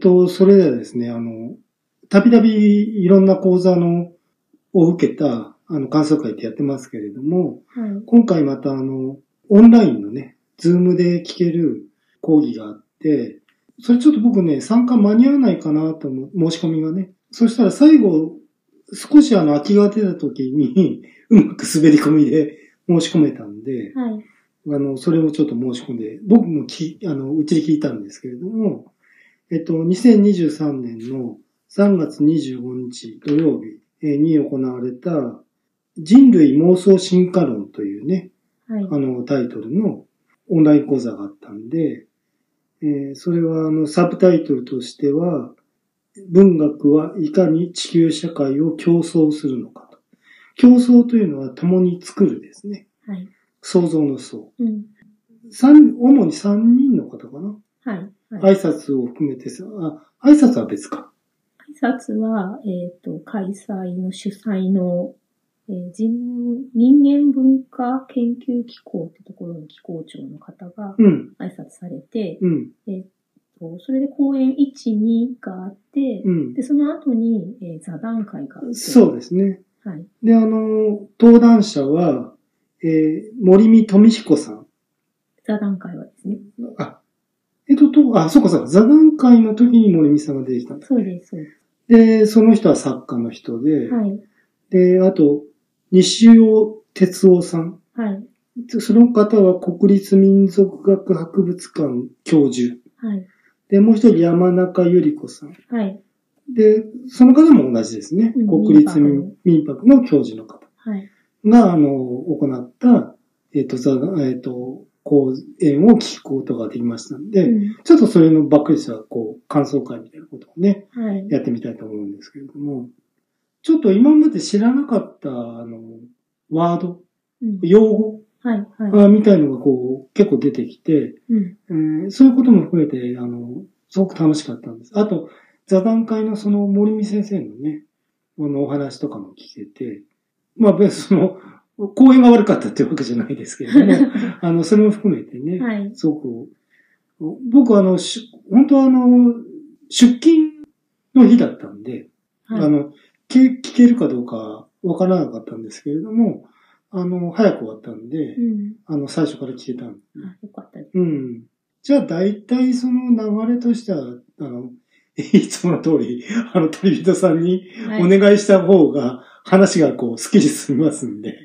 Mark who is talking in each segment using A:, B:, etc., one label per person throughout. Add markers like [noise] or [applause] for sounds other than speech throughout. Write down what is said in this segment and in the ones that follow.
A: と、それではですね、あの、たびたびいろんな講座の、を受けた、あの、感想会ってやってますけれども、
B: はい。
A: 今回またあの、オンラインのね、ズームで聞ける講義があって、それちょっと僕ね、参加間に合わないかなと思う、申し込みがね。そしたら最後、少しあの、空きが出た時に、うまく滑り込みで申し込めたんで、
B: はい。
A: あの、それをちょっと申し込んで、僕もき、あの、うちで聞いたんですけれども、えっと、2023年の3月25日土曜日えーに行われた、人類妄想進化論というね、
B: はい。
A: あの、タイトルのオンライン講座があったんで、えーそれは、あの、サブタイトルとしては、文学はいかに地球社会を競争するのかと。競争というのは共に作るですね。
B: はい。
A: 創造の層。
B: うん。
A: 三、主に三人の方かな。
B: はい。はい。
A: 挨拶を含めてさ、あ、挨拶は別か。
B: 挨拶は、えっ、と、開催の主催の、えー人、人間文化研究機構ってところの機構長の方が
A: うん、
B: 挨拶されて、
A: うん、
B: とそれで講演1、2があって、
A: うん。
B: で、その後に、えー座談会があって。
A: そうですね。
B: う。はい。
A: で、あの、登壇者は、えー森見富彦さん。
B: 座談会はですね。
A: あ、えっと、と、あ、そうかそうか、座談会の時に森美さんが出てきたんだ。
B: そうです、そうで
A: で、その人は作家の人で、
B: す。はい。
A: で、あと、西尾哲夫さん。
B: はい。
A: その方は国立民族学博物館教授。
B: はい。
A: で、もう一人山中由里子さん。
B: はい。
A: で、その方も同じですね。
B: うん
A: 国立民民泊の教授の方
B: はい。
A: が、あの、行った、えっ、と、座談えっ、と、講演を聞くことができましたんで、
B: うん
A: ちょっとそれのばっかりした、こう、感想会みたいなことをね、
B: はい。
A: やってみたいと思うんですけれども、ちょっと今まで知らなかった、あの、ワード、
B: うん
A: 用語
B: はい。は
A: あみたいのがこう、結構出てきて、
B: い。うん。
A: えーそういうことも含めて、あの、すごく楽しかったんです。あと、座談会のその森見先生のね、あの、お話とかも聞けて、まあ別にその、講演が悪かったっていうわけじゃないですけれど
B: [laughs]
A: も、あの、それも含めてね、
B: はい。
A: すごく、僕あの、し本当はあの、出勤の日だったんで、あ
B: はい。
A: の、け聞けるかどうかわからなかったんですけれども、あの、早く終わったんで、
B: うん。
A: あの、最初から聞けたんで。
B: あ、よかったです。
A: うん。じゃあ、大体その流れとしては、あの、 [laughs] いつもの通り、あの、旅人さんに
B: はい。
A: お願いした方が、話がこう、スッキリ進みますんで。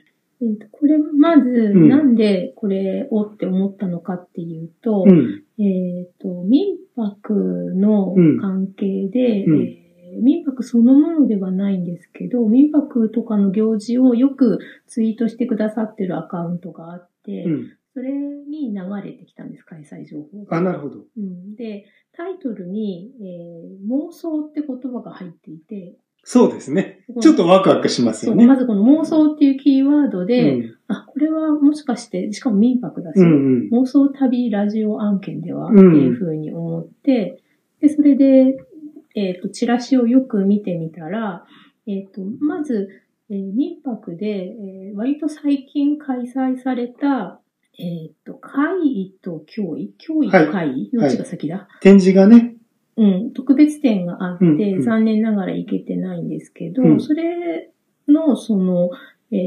B: えーとこれ、まず、
A: ん
B: なんでこれをって思ったのかっていうと、
A: うん。
B: えっ、と、民泊の
A: うん
B: 関係で、
A: うん
B: えー民泊そのものではないんですけど、民泊とかの行事をよくツイートしてくださってるアカウントがあって、
A: うん。
B: それに流れてきたんです、開催情報が。
A: あ、なるほど。
B: うん、で、タイトルに、えー妄想って言葉が入っていて、
A: そうですね。ちょっとワクワクします
B: そ
A: よ
B: う
A: ね。
B: まずこの妄想っていうキーワードで、
A: うん
B: あ、これはもしかして、しかも民泊だし、
A: うん
B: 妄想旅ラジオ案件で
A: う
B: はっ
A: ん
B: ていうふうに思って、で、それで、えっ、と、チラシをよく見てみたら、えっ、と、まず、えー民泊で、えー割と最近開催された、えっ、と、会議と教委教委と
A: は
B: 会議どっちが先だ、
A: 展示がね、
B: うん、特別展があって、
A: うんうん
B: 残念ながら行けてないんですけど、
A: うん
B: それの、その、え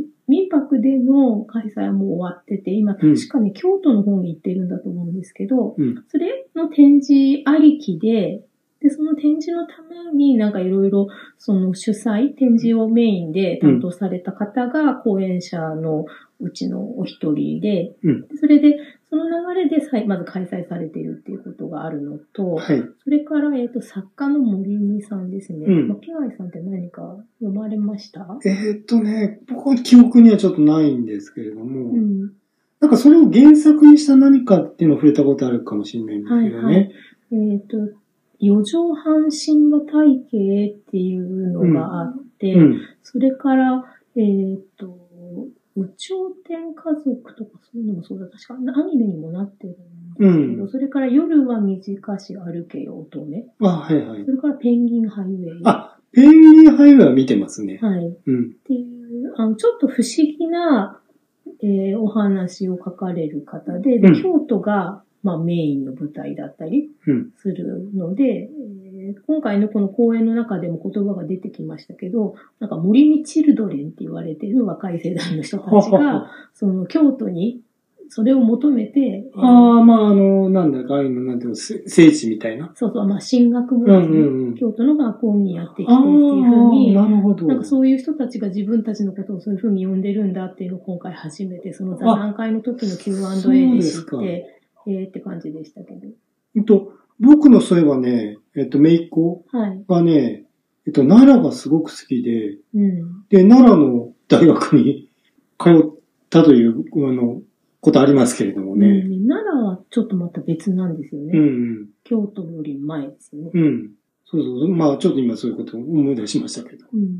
B: ー民泊での開催はもう終わってて、今、
A: うん
B: 確かね、京都の方に行ってるんだと思うんですけど、
A: うん
B: それの展示ありきで、で、その展示のためになんかいろいろ、その主催、展示をメインで担当された方が講演者のうちのお一人で、
A: うん
B: でそれで、その流れでさいまず開催されているっていうことがあるのと、
A: はい。
B: それから、えっ、と、作家の森美さんですね。
A: うん
B: 巻貝さんって何か読まれました
A: えーっとね、僕は記憶にはちょっとないんですけれども、
B: うん。
A: なんかそれを原作にした何かっていうのを触れたことあるかもしれないんですけどね。
B: はいはいえっ、と、四畳半神話体系っていうのがあって、
A: うん。
B: それから、えっ、と、宇宙天家族とかそういうのもそうだ。確かアニメにもなってるんですけど、
A: うん
B: それから夜は短し歩けよ乙女。
A: あ、はいはい
B: そ。れからペンギンハイウェイ。
A: あ、ペンギンハイウェイは見てますね。
B: は
A: う
B: い。
A: ん。
B: っていう、あの、ちょっと不思議な、えーお話を書かれる方で、で
A: うん
B: 京都が、えまあ、メインの舞台だったり
A: うん
B: するので、えー今回のこの講演の中でも言葉が出てきましたけど、なんか森にチルドレンって言われてる若い世代の人たちが、その京都にそれを求めて、えー
A: ああ、まあ、あの、なんだか、ああいうの、なんていうの、せ聖地みたいな。
B: そうそう、まあ、進学も
A: う
B: です
A: ん
B: ね、
A: うんうん。
B: 京都の学校にやってきてって
A: ああ
B: いうふうに、
A: ー、なるほど。
B: なんかそういう人たちが自分たちのことをそういうふうに呼んでるんだっていうのを今回初めて、その座談会の時の Q&A で知
A: そう
B: っ
A: で
B: て、えーって感じでしたけど。
A: えっと、僕のそういえばね、えっと、姪っ子
B: はい。
A: がね、えっと、奈良がすごく好きで、
B: うん。
A: で、奈良の大学に通ったという、あの、ことありますけれどもね。
B: うん奈良はちょっとまた別なんですよ
A: う
B: ね。
A: ん、うん、
B: 京都より前ですよね。
A: うん。そうそう。まあ、ちょっと今そういうことを思い出しましたけど。
B: うん。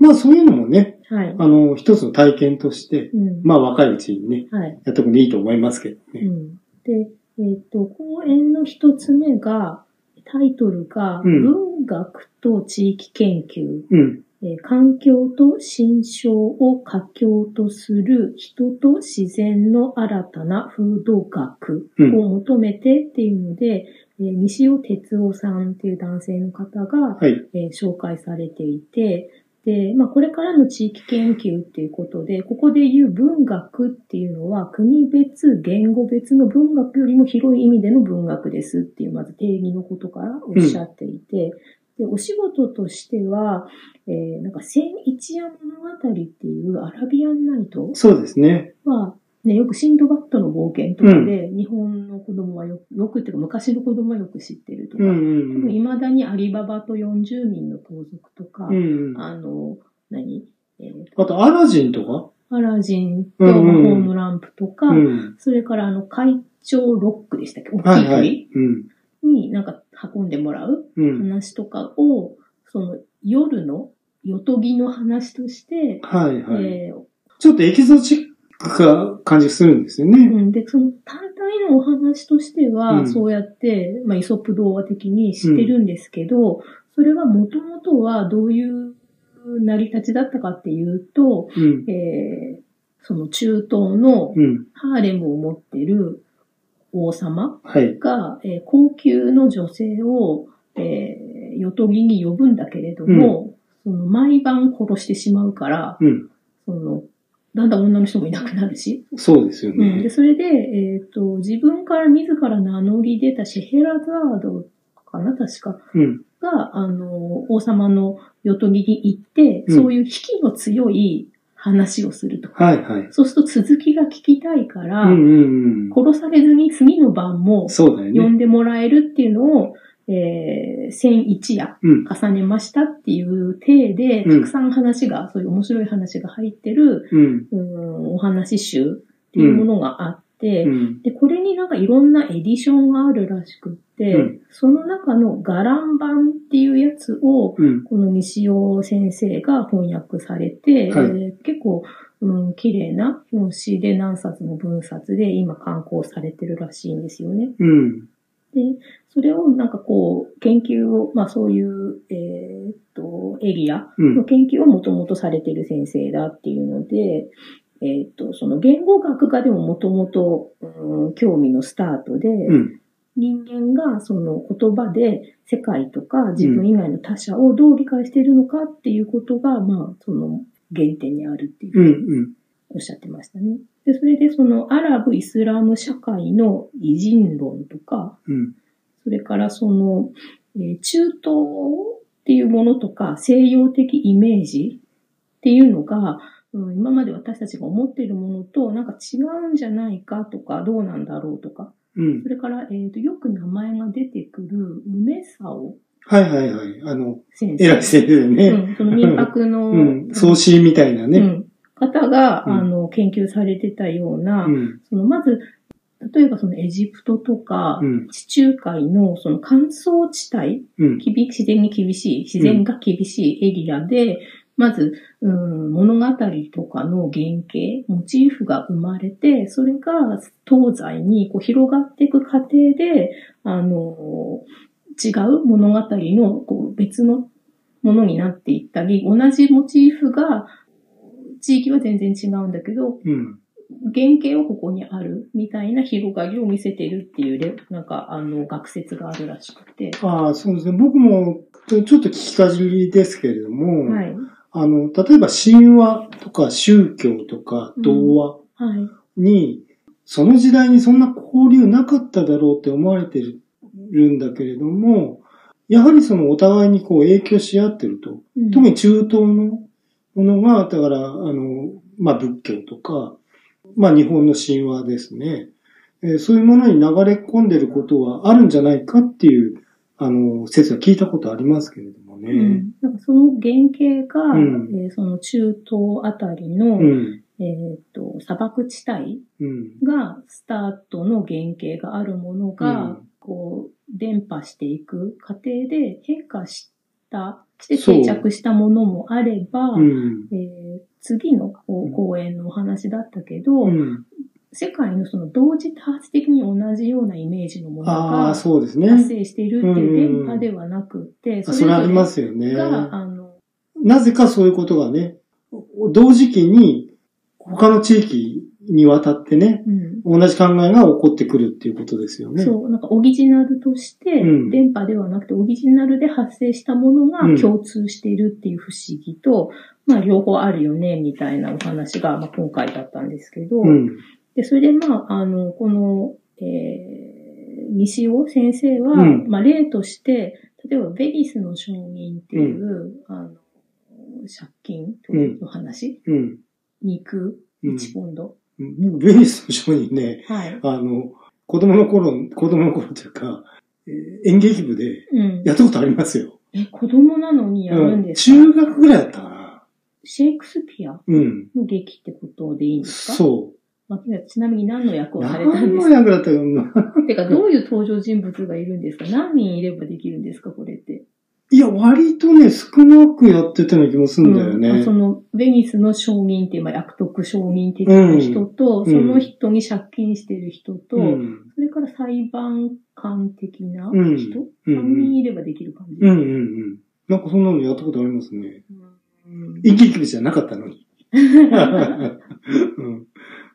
A: まあ、そういうのもね、
B: はい。
A: あの、一つの体験として、
B: うん。
A: まあ、若いうちにね、
B: はい。
A: やっとくのいいと思いますけど
B: う
A: ね。
B: ん。で、えっ、と、講演の一つ目が、タイトルが、
A: うん
B: 文学と地域研究
A: うん。
B: えー環境と心象を佳境とする人と自然の新たな風土学を求めてっていうので、えー西尾哲夫さんっていう男性の方が、
A: はい。
B: えー紹介されていて、で、まあ、これからの地域研究っていうことで、ここで言う文学っていうのは、国別、言語別の文学よりも広い意味での文学ですっていう、まず定義のことからおっしゃっていて、で、お仕事としては、えーなんか、千一夜物語っていうアラビアンナイト
A: そうですね。
B: は、ね、よくシンドバッドの冒険とかで、日本の子供はよく、よくっていうか、昔の子供はよく知ってるとか、
A: うん
B: 多分
A: うんうん。
B: 未だにアリババと40人の盗賊とか、
A: うんうん、あ
B: あの、何、えー
A: と、アラジンとか
B: アラジンと
A: う
B: 魔
A: んうん
B: 法のランプとか、
A: うん。
B: それからあの、会長ロックでしたっけ
A: は
B: 大きい
A: い
B: 鳥、
A: はい。うん。
B: になんか運んでもらう
A: うん。
B: 話とかを、その夜の夜とぎの話として、
A: はいはい。
B: えー
A: ちょっとエキゾチックな感じするんですよ
B: う
A: ね。
B: ん、で、その単体のお話としては、
A: うん
B: そうやって、まあ、イソップ童話的に知ってるんですけど、それはもともとはどういう成り立ちだったかっていうと、
A: うん。
B: えーその中東の
A: うん。
B: ハーレムを持ってる王様
A: はい。
B: が、えー高級の女性を、えー、ヨトギに呼ぶんだけれども、その毎晩殺してしまうから、
A: うん。
B: その、だんだん女の人もいなくなるし、
A: そうですよ
B: うん、で
A: ね。
B: それで、えっと自分から自ら名乗り出たシェヘラザードかな確か
A: うん。
B: が、あの、王様のヨトギに行って、
A: うん
B: そういう危機の強い話をすると。
A: はいはい。
B: そうすると続きが聞きたいから、
A: うんうんうん。
B: 殺されずに次の晩も
A: そうだよね。
B: 呼んでもらえるっていうのを、えー、1001夜
A: うん。
B: 重ねましたっていう体で、
A: うん
B: たくさん話が、そういう面白い話が入ってる、
A: うん。
B: うん、お話集っていうものがあって、
A: うん。
B: で、これになんかいろんなエディションがあるらしくって、
A: うん
B: その中のガラン版っていうやつを、
A: うん。
B: この西尾先生が翻訳されて、
A: はい
B: えー結構、うん、綺麗な表紙で何冊も分冊で今刊行されてるらしいんですよね。
A: うん。
B: で、それをなんかこう、研究を、まあそういう、えーっと、エリア
A: うん
B: の研究をもともとされてる先生だっていうので、えーっと、その言語学がでももともと、うん興味のスタートで、
A: うん。
B: 人間がその言葉で世界とか自分以外の他者をどう理解しているのかっていうことが、まあその原点にあるっていう
A: うん。うん。
B: おっしゃってましたね。で、それでそのアラブ・イスラム社会の偉人論とか、
A: うん。
B: それからその、えー中東っていうものとか西洋的イメージっていうのが、うん、今まで私たちが思っているものとなんか違うんじゃないかとか、どうなんだろうとか、
A: うん
B: そ。れから、えー、とよく名前が出てくる梅沢
A: はいはいはい。あの、
B: 先生。
A: 偉い先生
B: う
A: ね。
B: ん、その民泊の、
A: うん。創始みたいな
B: う
A: ね。
B: ん方が、
A: うん
B: あの研究されてたような、
A: うん。
B: そのまず、例えばそのエジプトとか、
A: うん。
B: 地中海のその乾燥地帯
A: うん。
B: 厳自然に厳しい、自然が厳しいエリアで、まず、うん、物語とかの原型、モチーフが生まれて、それが東西にこう広がっていく過程で、あの、違う物語のこう別のものになっていったり、同じモチーフが、地域は全然違うんだけど、
A: うん。
B: 原型はここにあるみたいな広がりを見せてるっていうレ、なんか、あの、学説があるらしくて。
A: ああ、そうですね。僕も、ちょっと聞きかじりですけれども、
B: はい。
A: あの、例えば神話とか宗教とか童話
B: はい。
A: に、その時代にそんな交流なかっただろうって思われてるんだけれども、やはりそのお互いにこう影響し合ってると。
B: うん
A: 特に中東のものが、だから、あの、まあ、仏教とか、まあ、日本の神話ですね。えーそういうものに流れ込んでることはあるんじゃないかっていう、あの、説は聞いたことありますけれども
B: う
A: ね。
B: んなんかその原型が、
A: うん
B: えーその中東あたりの、
A: うん。
B: えーっと、砂漠地帯
A: うん。
B: がスタートの原型があるものが、
A: うん
B: こう、伝播していく過程で変化した、して
A: そう
B: 定着したものもあれば、
A: うん。
B: えー次のこ
A: う
B: うん講演のお話だったけど、
A: うん。
B: 世界のその同時多発的に同じようなイメージのもの
A: ああ、
B: が
A: そうですね。
B: 発生しているっていう
A: うん
B: 電波ではなくて、
A: あそれありま
B: が、
A: すよね。
B: あの、
A: なぜかそういうことがね、同時期に他の地域にわたってね、
B: うん、
A: 同じ考えが起こってくるっていうことですよね。
B: そう、なんかオリジナルとして、
A: うん
B: 電波ではなくてオリジナルで発生したもの
A: うん
B: が共通しているっていう不思議と、まあ両方あるよね、みたいなお話が、まあ、今回だったんですけど、
A: うん。
B: で、それでまあ、あの、この、えー、西尾先生は、
A: うん
B: まあ例として、例えばベギスの証人っていう、あの、借金の話、
A: うん。
B: 肉
A: うん
B: 1ポンド。
A: 僕、ベニスの商人ね、
B: はい。
A: あの、子供の頃、子供の頃というか、えー演劇部で
B: うん。
A: やったことありますよ。
B: え、子供なのにやるん
A: うん
B: ですか、
A: 中学ぐらいだったかな。
B: シェイクスピア
A: うん。
B: の劇ってことでいいんですか
A: そ
B: まあちなみに何の役
A: う。
B: をされたん
A: 何
B: で
A: の
B: すか
A: 役だったかな。
B: てか、どういう登場人物がいるんですか何人いればできるんですかこれって。
A: いや、割とね、少なくやってたような気もするんだよ
B: うん
A: ね
B: そ。の、ベニスの証人っていう、まあ、悪徳証人的な人と、
A: ん
B: その人に借金してる人と、
A: うん。
B: それから裁判官的な人、
A: うんうん
B: 3人いればできる感じ。
A: うんうんうん。なんかそんなのやったことありますね。
B: うん
A: 演劇部じゃなかったの
B: [laughs]
A: に。うん、あ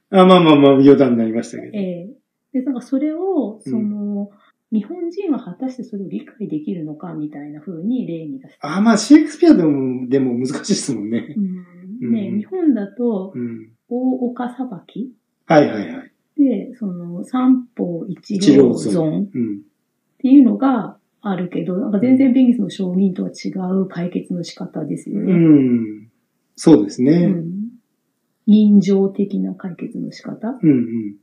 A: まあまあまあ、余談になりましたけど。
B: ええで、なんかそれを、
A: うん
B: その、日本人は果たしてそれを理解できるのかみたいな風に例に出して。
A: あまあ、シェイクスピアでも、でも難しいですもんね。
B: うんね、
A: うん
B: 日本だと、
A: うん。
B: 大岡裁き
A: はいはいはい。
B: で、その、三方一両
A: 一両
B: 損っ
A: うん。
B: ていうのがあるけど、なんか全然ベニスの証人とは違う解決の仕方ですよ
A: う
B: ね。
A: ん。そうですね。
B: う
A: うん、
B: 人情的な解決の仕方
A: うんうん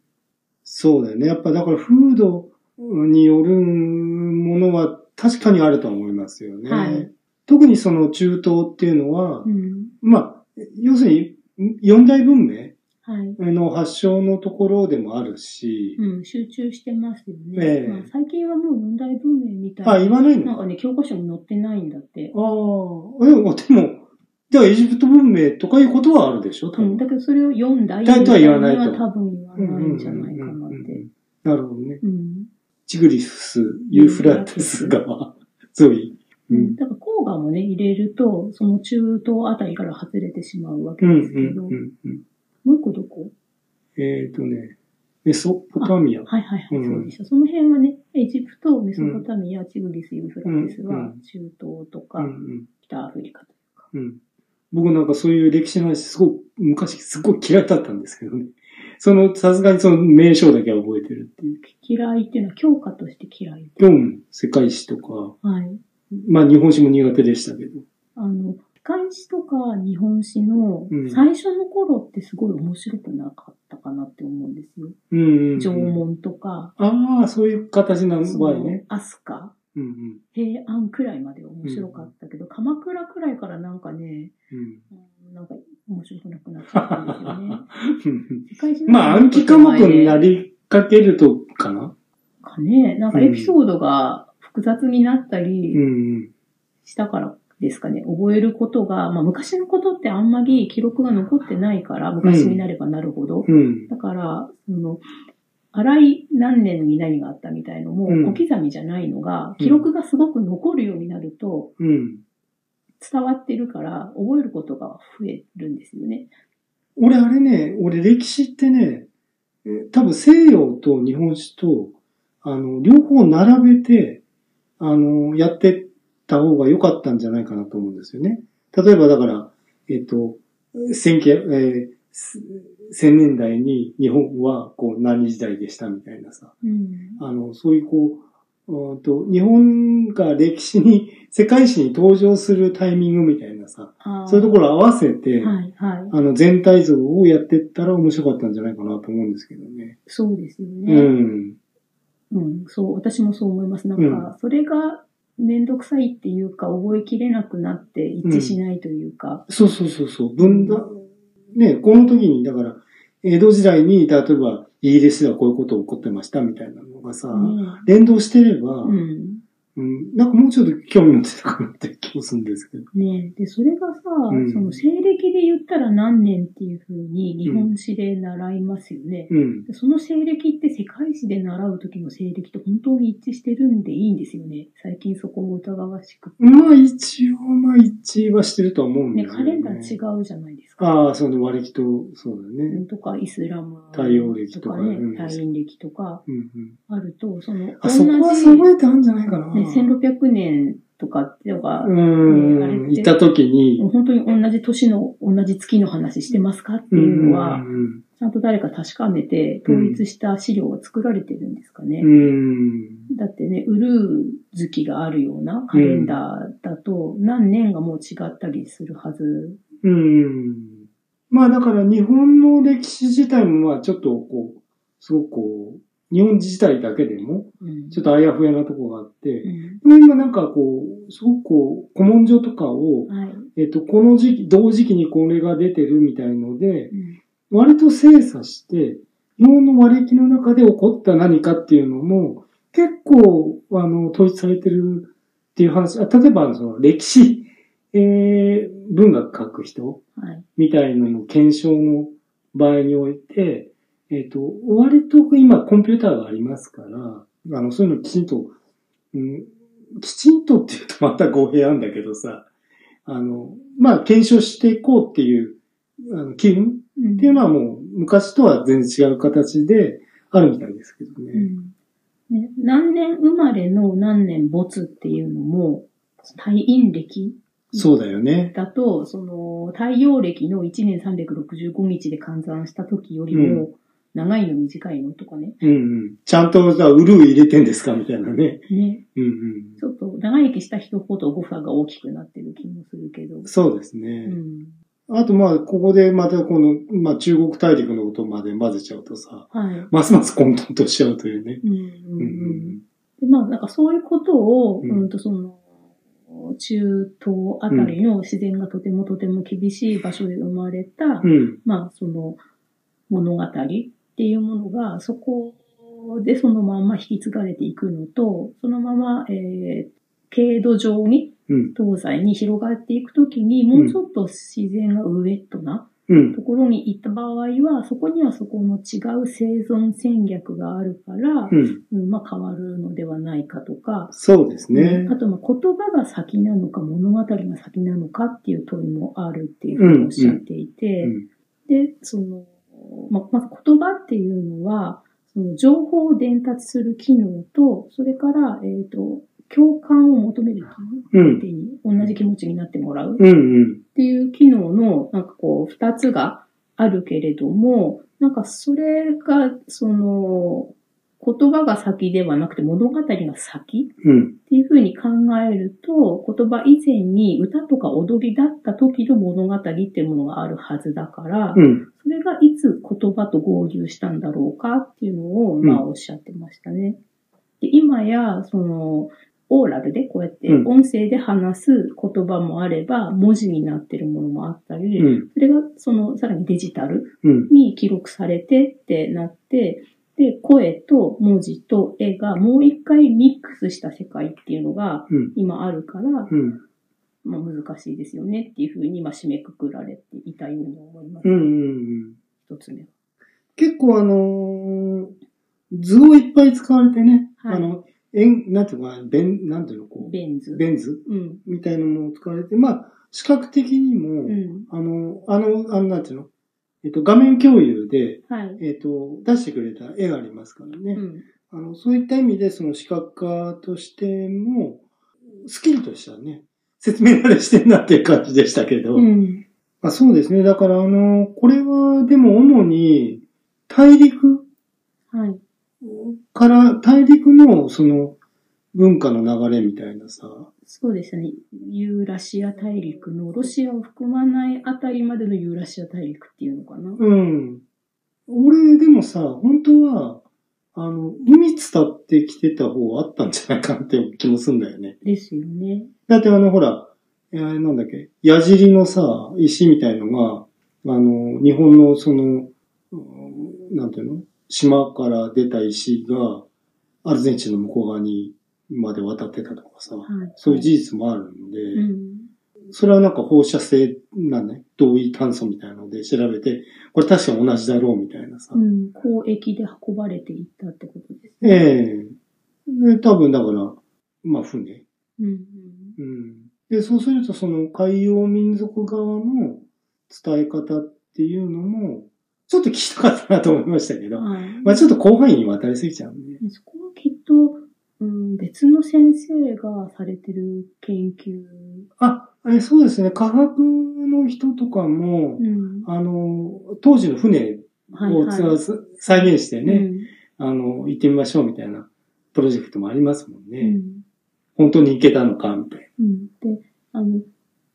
A: そうだよね。やっぱだから、風土によるものは確かにあると思いますよね。
B: はい
A: 特にその中東っていうのは、
B: うん。
A: まあ、要するに、四大文明
B: はい。
A: の発祥のところでもあるし、
B: うん、集中してますよね。
A: ええ
B: まあ最近はもう四大文明みたいな。
A: あ、言わない
B: なん
A: のあ
B: かね、教科書に載ってないんだっ
A: あ、で
B: て。
A: も、でも、じゃあエジプト文明とかいうことはあるでしょ多
B: う
A: 分
B: ん、だけどそれを読んだ
A: だいたい言わないと
B: みたのは多分言わ
A: うんうん
B: ない
A: うんうん
B: んじゃないかなって。
A: なるほどね。
B: うん。
A: チグリス、ユーフラテス [laughs] 川、ゾイ。う
B: うんん。だから黄河もね、入れると、その中東あたりから外れてしまうわ
A: う
B: け
A: んうん
B: ですけど、
A: うんうん。
B: もう一個どこ
A: えっ、とね、メソポタミア。
B: はいはいはい、
A: うん
B: そうでした。その辺はね、エジプト、メソポタミア、チグリス、ユーフラテス
A: うん
B: は
A: う
B: 中東と
A: う
B: か
A: んうん
B: 北アフリカとか。
A: うん。僕なんかそういう歴史の話、すごく、昔すごい嫌いだったんですけどね。その、さすがにその名称だけは覚えてるっていう。
B: 嫌いっていうのは教科として嫌い。
A: 今日も世界史とか、
B: はい。
A: まあ日本史も苦手でしたけど。
B: あの、漢詩とか日本史の
A: うん
B: 最初の頃ってすごい面白くなかったかなって思うんですよ。
A: うんうんうん
B: 縄文とか、
A: ああ、そういう形な
B: そ
A: 場合
B: の
A: ね。
B: アスカ、
A: うんうん
B: 平安くらいまでは面白かったけど、鎌倉くらいからなんかね、
A: うん
B: うんなんか面白くなくなっちゃったんです
A: [laughs]
B: よね。世界中の
A: まあ、暗記科目にな
B: る
A: りかけるとかな。
B: かね、なんかエピソードが複雑になった
A: うんう
B: り
A: ん。
B: したからですかね、覚えることが、まあ昔のことってあんまり記録が残ってないから、昔になればなるほど、
A: うん。
B: だから、その、荒い何年に何があったみたいのも
A: うん、
B: 小刻みじゃないのが、記録がすごく残るようになると、
A: うん。
B: 伝わってるから、覚えることが増えるんですよね。
A: 俺あれね、俺歴史ってね、え多分西洋と日本史と、あの、両方並べて、あの、やってった方が良かったんじゃないかなと思うんですよね。例えばだから、えっと、千九、えーす千年代に日本はこう何時代でしたみたいなさ。
B: うん。
A: あの、そういうこう、うーんと、日本が歴史に、世界史に登場するタイミングみたいなさ、
B: あー
A: そういうところ合わせて、
B: はい、はい。
A: あの、全体像をやってったら面白かったんじゃないかなと思うんですけどね。
B: そうですよ
A: う
B: ね。
A: ん。
B: うん、そう、私もそう思います。な
A: うん
B: か、それがめんどくさいっていうか、覚えきれなくなって一致しないというか。
A: そうそうそうそう。分断、ね、この時に、だから、江戸時代に、例えば、イギリスではこういうこと起こってましたみたいなのがさ、
B: ね
A: 連動してれば、
B: う
A: うん、
B: ん。
A: なんかもうちょっと興味持ってたかなって気もするんですけど。
B: ねで、それがさ、
A: うん
B: その西暦で言ったら何年っていうふうに日本史で習いますよね。
A: うん。
B: でその西暦って世界史で習う時の西暦と本当に一致してるんでいいんですよね。最近そこも疑わしくて。
A: まあ一応、まあ一致はしてるとは思うんだ
B: ね、
A: けど、
B: カ
A: ね。
B: レンダー違うじゃないですか。
A: ああ、その割と、そうだね。
B: とか、イスラム
A: 太陽暦とかね
B: ね、太陰暦とか
A: うんうん。
B: あると、その、
A: あ、そこは揃えてあるんじゃないかな。
B: ね、1600年とかっていうのが、
A: う
B: ねあれっ
A: ん。行
B: て
A: った時に、
B: 本当に同じ年の、同じ月の話してますかっていうのは、
A: うんうん
B: ちゃんと誰か確かめて、統一した資料が作られてるんですかね。
A: うん。
B: だってね、ウルー月があるようなカレンダーだと、何年がもう違ったりするはず。
A: うん。うん。まあだから日本の歴史自体もまあちょっとこう、すごくこう、日本自体だけでも、
B: うん
A: ちょっとあやふやなとこがあって、
B: うん
A: でも今なんかこう、すごくこう、古文書とかを、
B: はい。
A: えっと、この時期、同時期にこれが出てるみたいので、
B: うん
A: 割と精査して、日本の割りの中で起こった何かっていうのも、結構、あの、統一されてるっていう話。あ例えば、その、歴史、えー、文学書く人
B: はい。
A: みたいなのの検証の場合において、えっ、と、割と今コンピューターがありますから、あの、そういうのきちんと、うん、きちんとって言うとまた語弊あんだけどさ、あの、まあ、検証していこうっていう、あの、機運
B: っ
A: っていうのはもう昔とは全然違う形であるみたいですけど
B: う
A: ね。
B: んね、何年生まれの何年没っていうのも、太陰暦
A: そうだよね。
B: だと、その、太陽暦の1年365日で換算した時よりも、長いの短いのとかね。
A: うんうん。ちゃんと、じゃあ、ウルー入れてんですかみたいなね。
B: ね。
A: うん
B: ちょっと、長生きした人ほど誤差が大きくなってる気もするけど
A: うん。。そうです
B: う
A: ね。
B: ん。
A: あと、まあ、ここでまたこの、まあ、中国大陸のことまで混ぜちゃうとさ、
B: はい。
A: ますます混沌としちゃうというね。
B: うんうんうんでまあ、なんかそういうことを、
A: う
B: うんん、とその、中東あたりの自然がとてもとても厳しい場所で生まれた、
A: うんうん。
B: まあ、その、物語っていうものが、そこでそのまんま引き継がれていくのと、そのまま、えー、経度上に、
A: うん。
B: 東西に広がっていくときに、もうちょっと自然がウエットな
A: うん。
B: ところに行った場合は、そこにはそこの違う生存戦略があるから、
A: うん。
B: うん、まあ変わるのではないかとか、
A: そうですね
B: あ。とまあ言葉が先なのか物語が先なのかっていう問いもあるっていうふうにおっしゃっていて、
A: うん
B: で、その、まあ、まず言葉っていうのは、その情報を伝達する機能と、それから、えっ、と、共感を求める
A: う
B: 機能って
A: ん。
B: いう、同じ気持ちになってもらう
A: うんうん。
B: っていう機能の、なんかこう、二つがあるけれども、なんかそれが、その、言葉が先ではなくて物語が先
A: うん。
B: っていうふうに考えると、言葉以前に歌とか踊りだった時の物語っていうものがあるはずだから
A: う、ん。
B: それがいつ言葉と合流したんだろうかっていうのを、
A: ん
B: まあおっしゃってましたね。で今や、その、オーラルでこうやって
A: うん
B: 音声で話す言葉もあれば、文字になってるものもあったり、
A: うん。
B: それがそのさらにデジタル
A: うん。
B: に記録されてってなって、で、声と文字と絵がもう一回ミックスした世界っていうのが
A: うん。
B: 今あるから、
A: うん。
B: まあ難しいですよねっていうふうにまあ締めくくられていたように思います。
A: うん。うん。
B: 一つ目は。
A: 結構あのー図をいっぱい使われてね、
B: はい
A: あの、円、なんていうのかな、ベン、なんていうの、こ
B: ベンズ
A: う、。ベン図
B: うん。
A: みたいなものを使われて、まあ、視覚的にも、
B: うん。
A: あの、あの、あの、なんていうの、えっと、画面共有で、
B: はい。
A: えっと、出してくれた絵がありますからね。
B: うん。
A: あの、そういった意味で、その視覚化としても、スキルとしてはね、説明慣れしてんなっていう感じでしたけど。
B: うん。
A: まあ、そうですね。だから、あの、これは、でも主に、大陸
B: はい。
A: から、大陸の、その、文化の流れみたいなさ、
B: そうですね。ユーラシア大陸のロシアを含まないあたりまでのユーラシア大陸っていうのかな。
A: うん。俺、でもさ、本当は、あの、海伝ってきてた方あったんじゃないかなって気もすんだよね。
B: ですよね。
A: だってあの、ほら、えーなんだっけ、矢尻のさ、石みたいのが、あの、日本のその、うんなんていうの島から出た石が、アルゼンチンの向こう側にまで渡ってたとかさ、
B: はい。
A: そういう事実もあるんで、
B: うん。
A: それはなんか放射性なんね、同位炭素みたいので調べて、これ確か同じだろうみたいなさ。
B: うん。交易で運ばれていったってことですね。
A: ええで、多分だから、まあ船。
B: うんうん。
A: うん。で、そうするとその海洋民族側の伝え方っていうのも、ちょっと聞きたかったなと思いましたけど、
B: はい。
A: まあちょっと広範囲に渡りすぎちゃうんで。
B: そこはきっと、うん、別の先生がされてる研究。
A: あ、えそうですね。科学の人とかも、
B: うん。
A: あの、当時の船
B: はい、
A: を
B: はい。
A: つな再現してね、
B: うん
A: あの、行ってみましょうみたいなプロジェクトもありますもんね。
B: うん
A: 本当に行けたのかみたい
B: うん。で、あの、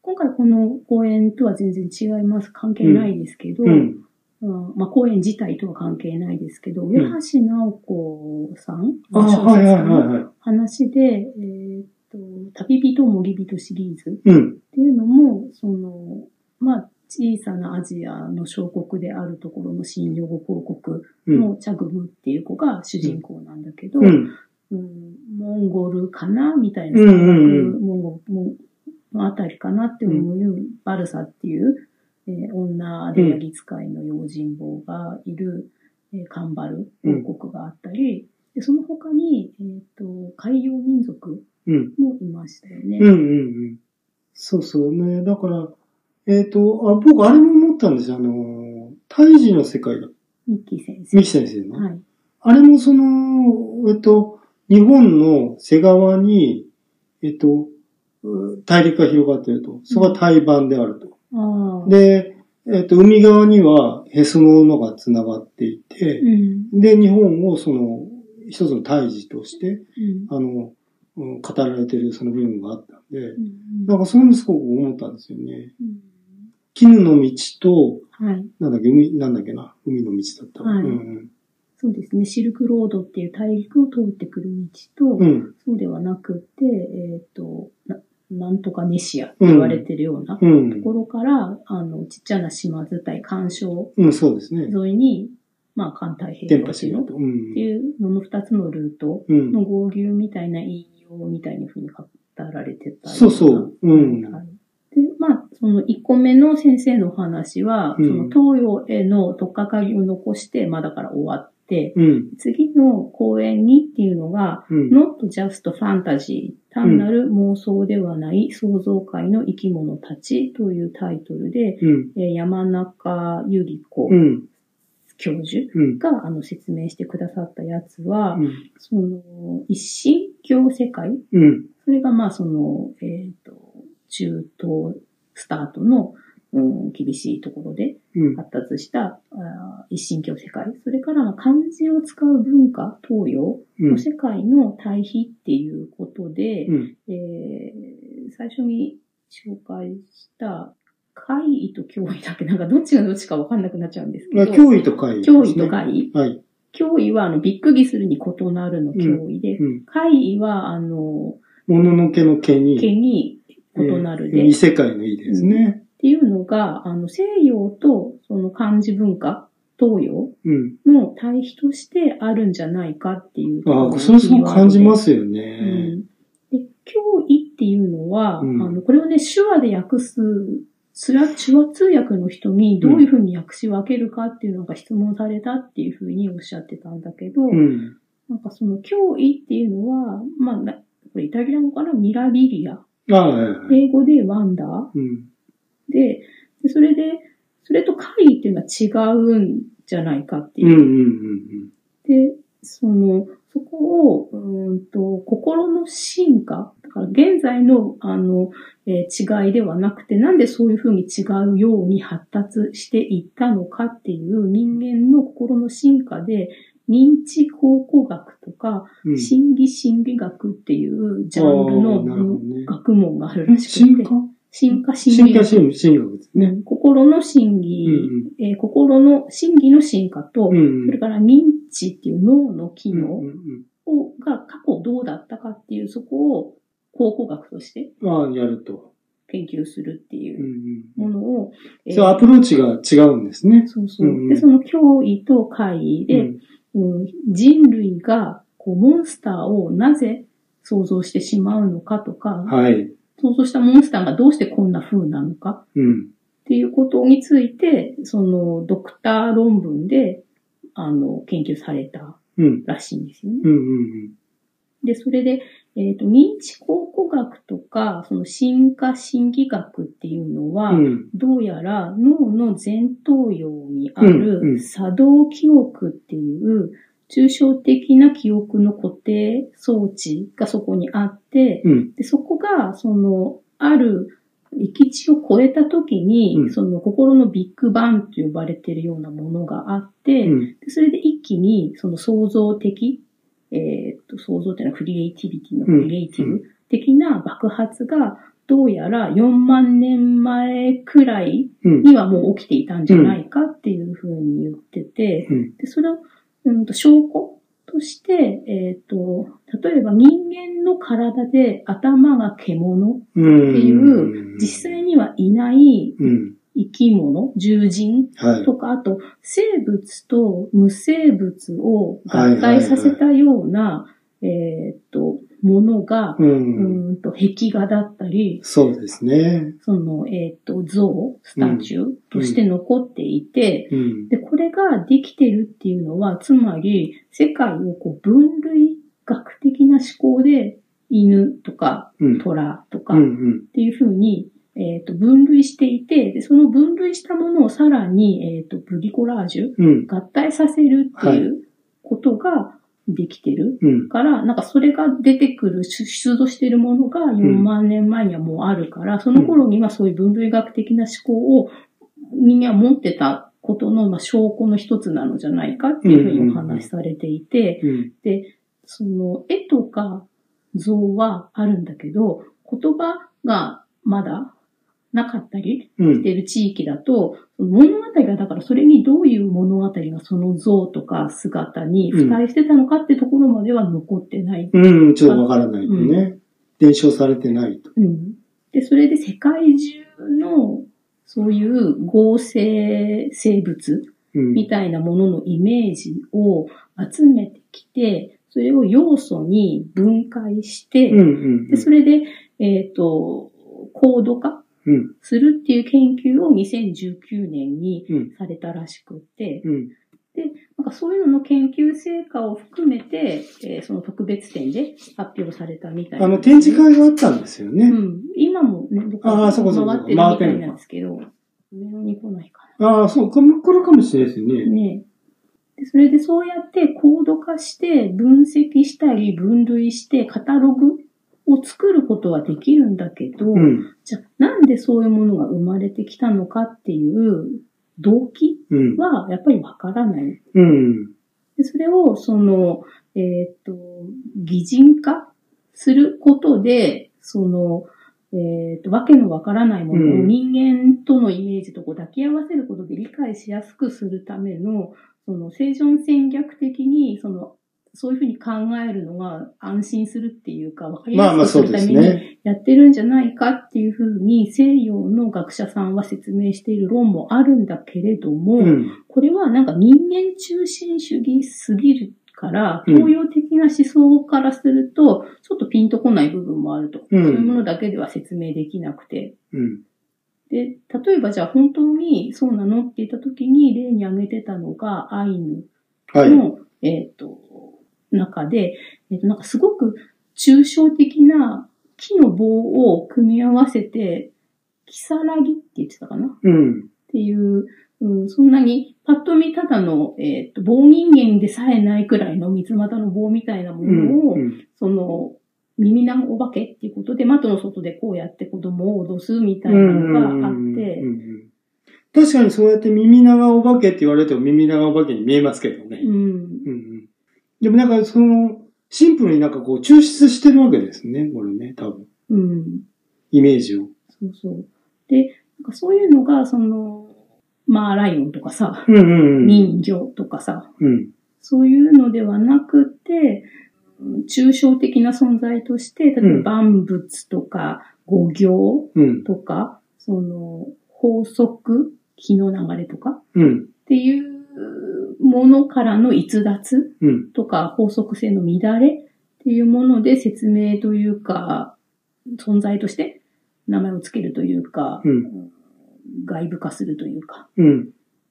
B: 今回この公演とは全然違います。関係ないですけど、
A: な。うん。
B: うんまあ公演自体とは関係ないですけど、
A: ん
B: 上橋直子さん
A: あ、
B: の小
A: はいはい
B: 説
A: はい
B: の
A: はい。
B: 話で、えーっと、旅人森人シリーズ
A: うん。
B: っていうのも、その、まあ、小さなアジアの小国であるところの新用語広告
A: うん。
B: のチャグムっていう子が主人公なんだけど、
A: うん。
B: うんモンゴルかなみたいな、
A: うんうん
B: モンゴルモンのあたりかなって思う、バルサっていう、えー女でやり使いの用心棒がいる、えーカンバル王国があったり、でその他に、えー、と海洋民族
A: うん。
B: もいましたよね。
A: うん。うん。そうそうね。だから、えっ、と、あ、僕あれも思ったんですよ。あの、胎児の世界だ。
B: ミッキー先生。
A: 三木先生の。
B: はい。
A: あれもその、えっ、と、日本の瀬川に、えっ、と、う大陸が広がっていると。そこが台湾であると。
B: ああ。
A: で、えっ、と、海側にはへそののが繋がっていて、
B: うん。
A: で、日本をその、一つの大事として、
B: うん
A: あの、うん語られてるその部分があったんで、
B: うん
A: なんかそれもすごく思ったんですよね。
B: うん
A: 絹の道
B: はい。
A: と、なんだっけ、海、なんだっけな、海の道だったわ
B: はい
A: うん
B: そうですね。シルクロードっていう大陸を通ってくる道
A: う
B: と、
A: ん。うん。
B: そうではなくて、えっ、とな、なんとかネシアって言われてるようなと
A: うん
B: こ。ろから、あの、ちっちゃな島伝い、干渉
A: うん、そうですね。
B: 沿いに、まあ、関太平
A: 電
B: 洋
A: 波
B: って
A: し
B: い
A: よ
B: う
A: う
B: っ
A: と。う
B: て
A: ん。
B: いうのの二つのルート
A: うん
B: の。合流みたいな引用みたいな風に語られてたよな
A: そうそう。うん。
B: はいで、まあ、その1個目の先生のお話は、
A: うん
B: その東洋への取っかかりを残して、まあだから終わって、
A: うん。
B: 次の公演にっていうのが、
A: うん。
B: not just fantasy 単なる妄想ではない創造界の生き物たちというタイトルで、
A: うん。
B: えー山中由里子
A: うん。
B: 教授
A: うん。
B: があの説明してくださったやつは、
A: うん。
B: その一神教世界
A: うん。
B: それがまあその、えっ、と、中東スタートの、うん、厳しいところで
A: うん。
B: 発達したあー一神教世界。それからまあ漢字を使う文化、東洋
A: うん
B: の世界の対比っていうことで、
A: うん。
B: えー最初に紹介した、怪異と脅威だっけなん [laughs] かどっちがどっちかわかんなくなっちゃうんですけ
A: ま
B: ど
A: あ、脅威とかいいですね
B: 脅威と。怪異
A: はい。
B: 脅威はあのびっくりするに異なるの脅威で、
A: うん。
B: 怪異はあの、
A: もののけの毛に。
B: 毛に異なるで、
A: えー異世界のいいですね。
B: っていうのが、あの、西洋とその漢字文化、東洋
A: うん。
B: の対比としてあるんじゃないかっていうところ
A: あ
B: の。
A: あ、それすごく感じますすよ
B: う
A: ね。
B: ん、で、脅威っていうのは、
A: うん
B: あの、これをね、手話で訳す、すら手話通訳の人にどういうふうに訳し分けるかっていうのが質問されたっていうふうにおっしゃってたんだけど、
A: うん。
B: なんかその脅威っていうのは、まあ、なこれイタリア語かなミラビリア。
A: ああ、はいはいはい
B: 英語でワンダー。
A: うん。
B: で、でそれで、それと会議っていうのは違うんじゃないかってい
A: ん
B: うう。
A: うんうん
B: で、その、そこを、うーんと、心の進化、だから現在の、あの、えー違いではなくて、なんでそういうふうに違うように発達していったのかっていう人間の心の進化で、認知考古学とか、
A: うん。うん、
B: 心理心理学っていうジャンル
A: あーなるほ
B: の
A: どね
B: 学問がある
A: え
B: らし
A: 進
B: くて
A: 化、
B: 進化心
A: 進
B: 理
A: 化
B: 学。
A: 心心理学ですね。
B: 心の心理、
A: うんうん
B: えー心の心理の進化と、
A: うん
B: それから認知っていう脳の機
A: うん
B: 能
A: うんうん
B: をが過去どうだったかっていう、そこを考古学として
A: まあ、やると。
B: 研究するって
A: う
B: い
A: んう
B: うんものを、えー
A: そう、アプローチが違うんですね。
B: そうそう
A: うんうん
B: で、その脅威と怪異
A: う
B: で、
A: ん
B: うん人類がこうモンスターをなぜ想像してしまうのかとか、
A: はい。
B: 想像したモンスターがどうしてこんな風なのか
A: うん。
B: っていうことについて、そのドクター論文で、あの、研究された
A: うん。
B: らしいんですよね。
A: うんうん
B: で、それで、えっ、と、認知考古学とか、その進化心理学っていうのは、
A: うん。うん。
B: どうやら脳の前頭葉にあ
A: うんうん
B: る作動記憶っていう抽象的な記憶の固定装置がそこにあって、
A: うん。
B: でそこが、その、ある域地を超えた時に、
A: うん
B: その心のビッグバンと呼ばれているようなものがあって、
A: うん。
B: でそれで一気に、その創造的、えーっと、創造っていうのはクリエイティビティの
A: うん
B: クリエイティブ的な爆発が、どうやら4万年前くらい
A: うん。
B: にはもう起きていたんじゃないかっていうふうに言ってて、
A: うん
B: でそれを、うん、と証拠として、えーっと、例えば人間の体で頭が獣、
A: うん。
B: っていう実際にはいない
A: うん。
B: 生き物、獣人
A: はい。
B: とか、あと、生物と無生物を合体させたような、えーっと、ものが、
A: う。
B: うんーんと、壁画だったり、
A: そうですね。
B: その、えーっと、像、スタチューとして残っていて、
A: うん。
B: で、これができてるっていうのは、つまり、世界をこう分類学的な思考で、犬とか、
A: うん。
B: 虎とか、
A: うん。うん。
B: っていうふうに、えっ、と、分類していて、で、その分類したものをさらに、えっ、と、ブリコラージュ、
A: うん。
B: 合体させるっていうことができてる。
A: うん。
B: から、なんかそれが出てくる、出出土しているものが4
A: ん
B: 万年前にはもうあるから、その頃にはそういう分類学的な思考を人間は持ってたことの、まあ、証拠の一つなのじゃないかっていうふうにお話しされていて、
A: うん。
B: で、その絵とか像はあるんだけど、言葉がまだなかったり
A: うん。う
B: し
A: ん。
B: てる地域だと、物語がだからそれにどういう物語がその像とか姿に付帯してたのかってところまでは残ってない。
A: うん。ちょっとわからないとね。伝承されてないと。
B: うん、で、それで世界中のそういう合成生物
A: うん。
B: みたいなもののイメージを集めてきて、それを要素に分解して、
A: うん。うん。
B: で、それで、えっ、と、高度化
A: うん。
B: するっていう研究を2019年に
A: うん。
B: されたらしくって、
A: うん。
B: なんかそういうのの研究成果を含めて、えーその特別展で発表されたみたいな。
A: あの、展示会があったんですよ
B: う
A: ね。
B: ん。今もね、僕
A: あ
B: は
A: ーそこそこ
B: 回ってるみ
A: 回って
B: た
A: る
B: いなんですけど、上野に来ないか
A: ああ、そうか、これかもしれないですよ
B: な。
A: ね。
B: ねでそれでそうやって高度化して分析したり分類してカタログを作ることはできるんだけど、
A: うん。
B: じゃあ、なんでそういうものが生まれてきたのかっていう動機
A: うん。
B: はやっぱりわからない。
A: うん。
B: でそれを、その、えーっと、擬人化することで、その、えーっと、わけのわからないものを
A: うん
B: 人間とのイメージとこう抱き合わせることで理解しやすくするための、その、生存戦略的に、その、そういうふうに考えるのが安心するっていうか、わかり
A: ま
B: や
A: あまあ、
B: す
A: そ
B: く
A: う
B: する
A: で
B: た
A: す
B: めに
A: ね。
B: やってるんじゃないかっていうふうに西洋の学者さんは説明している論もあるんだけれども、
A: うん。
B: これはなんか人間中心主義すぎるから、
A: うん
B: 東洋的な思想からすると、ちょっとピンとこない部分もあると。
A: うん
B: そういうものだけでは説明できなくて。
A: うん。
B: で、例えばじゃあ本当にそうなのって言った時に例に挙げてたのがアイヌ
A: はい。
B: の、えっ、と、中で、えっ、と、なんかすごく抽象的な木の棒を組み合わせて、キサラギって言ってたかな
A: うん。
B: っていう、うん、そんなにパッと見ただの、えっと棒人間でさえないくらいの三つ股の棒みたいなものを、
A: うん。
B: その、耳なお化けっていうことで、窓の外でこうやって子供を脅すみたいなのがあっ
A: うん
B: て、
A: うんうん確かにそうやって耳長お化けって言われても耳長お化けに見えますけどね。
B: うん。
A: うんうん。でもなんかその、シンプルになんかこう抽出してるわけですね、これね、多分。
B: うん。
A: イメージを。
B: そうそう。で、なんかそういうのが、その、マーライオンとかさ、
A: うんうんうん。
B: 人魚とかさ、
A: うん。
B: そういうのではなくて、うん抽象的な存在として、例
A: う
B: え
A: ん
B: ば万物とか、五行
A: うん。
B: とか、その、法則、気の流れとか、
A: うん。
B: っていうものからの逸脱
A: うん。
B: とか、法則性の乱れっていうもので説明というか、存在として名前をつけるというか、
A: うん。
B: 外部化するというか、
A: うん。
B: っ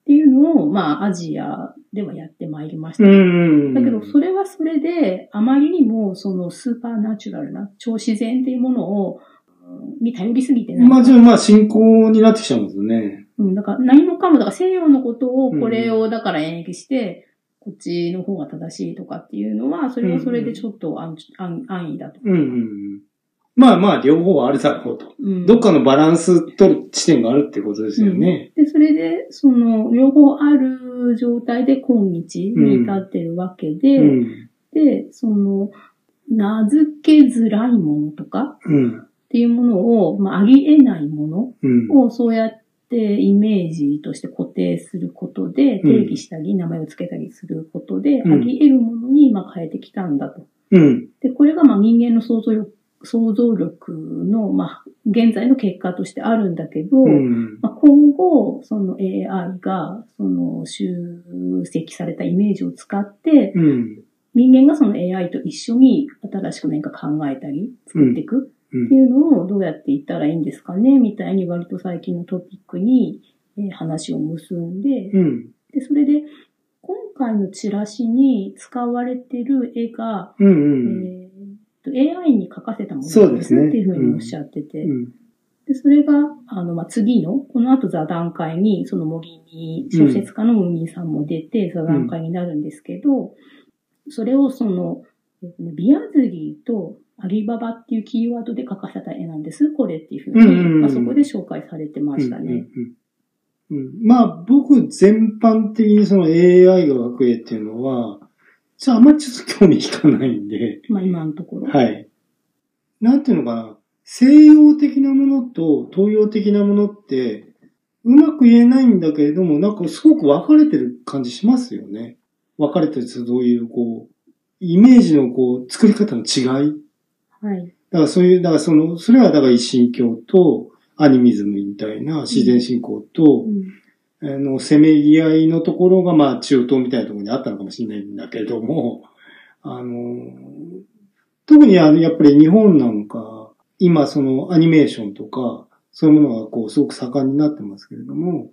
B: ていうのを、まあ、アジアではやってまいりました。
A: うん。
B: だけど、それはそれで、あまりにも、その、スーパーナチュラルな、超自然っていうものを、うんに頼りすぎてない。
A: まあじゃあまあ進行になってきちゃうんですね。
B: うん、だから、何もかも、だから西洋のことを、
A: うん
B: これを、だから演劇して、こっちの方が正しいとかっていうのは、それはそれでちょっと安、安安易だと。
A: うんうんうん。まあまあ両方はあるだろうと。
B: うん
A: どっかのバランス取る地点があるってことですよね。
B: で、それで、その、両方ある状態で今日に至ってるわけで、
A: うん。
B: で、その、名付けづらいものとか
A: うん。
B: っていうものを、まあ、ありえないも
A: うん。
B: のをそうやってイメージとして固定することで、
A: うん
B: 定義したり、名前を付けたりすることで、
A: うん
B: あり得るものに、まあ、変えてきたんだと。
A: うん。
B: で、これが、まあ、人間の想像力、想像力の、まあ、現在の結果としてあるんだけど、
A: うん。
B: まあ、今後、その AI が、その集積されたイメージを使って、
A: うん。
B: 人間がその AI と一緒に新しく何か考えたり、作っていく
A: うん
B: っていうのをどうやっていったらいいんですかね、みたいに割と最近のトピックにえー話を結んで、
A: うん。
B: で、それで、今回のチラシに使われてる絵が、
A: うん。う
B: え
A: ん。
B: ーと AI に書かせたも
A: そう
B: の
A: で
B: ですす
A: ね
B: っていうふうにおっしゃってて、
A: うん。
B: で、それが、あの、まあ、次の、この後座談会に、その模擬に、
A: うん
B: 小説家の模擬さんも出て、座談会になるんですけど、それをその、えっとねビアズリーとアリババっていうキーワードで書かせた絵なんです、これっていうふうに、
A: うんうんうん
B: まあ、そこで紹介されてましたね。
A: うんうんうんまあ僕全般的にその AI が描く絵っていうのは、じゃああんまりちょっと興味引かないんで、
B: まあ、今のところ。
A: はい。なんていうのかな、西洋的なものと東洋的なものって、うまく言えないんだけれども、なんかすごく分かれてる感じしますよね。分かれてるそういうこう、イメージのこう、作り方の違い
B: はい。
A: だからそういう、だからその、それはだから一神教とアニミズムみたいな自然信仰と、あの、せめぎ合いのところがまあ中東みたいなところにあったのかもしれないんだけども、あの、特にあの、やっぱり日本なんか、今そのアニメーションとか、そういうものがこう、すごく盛んになってますけれども、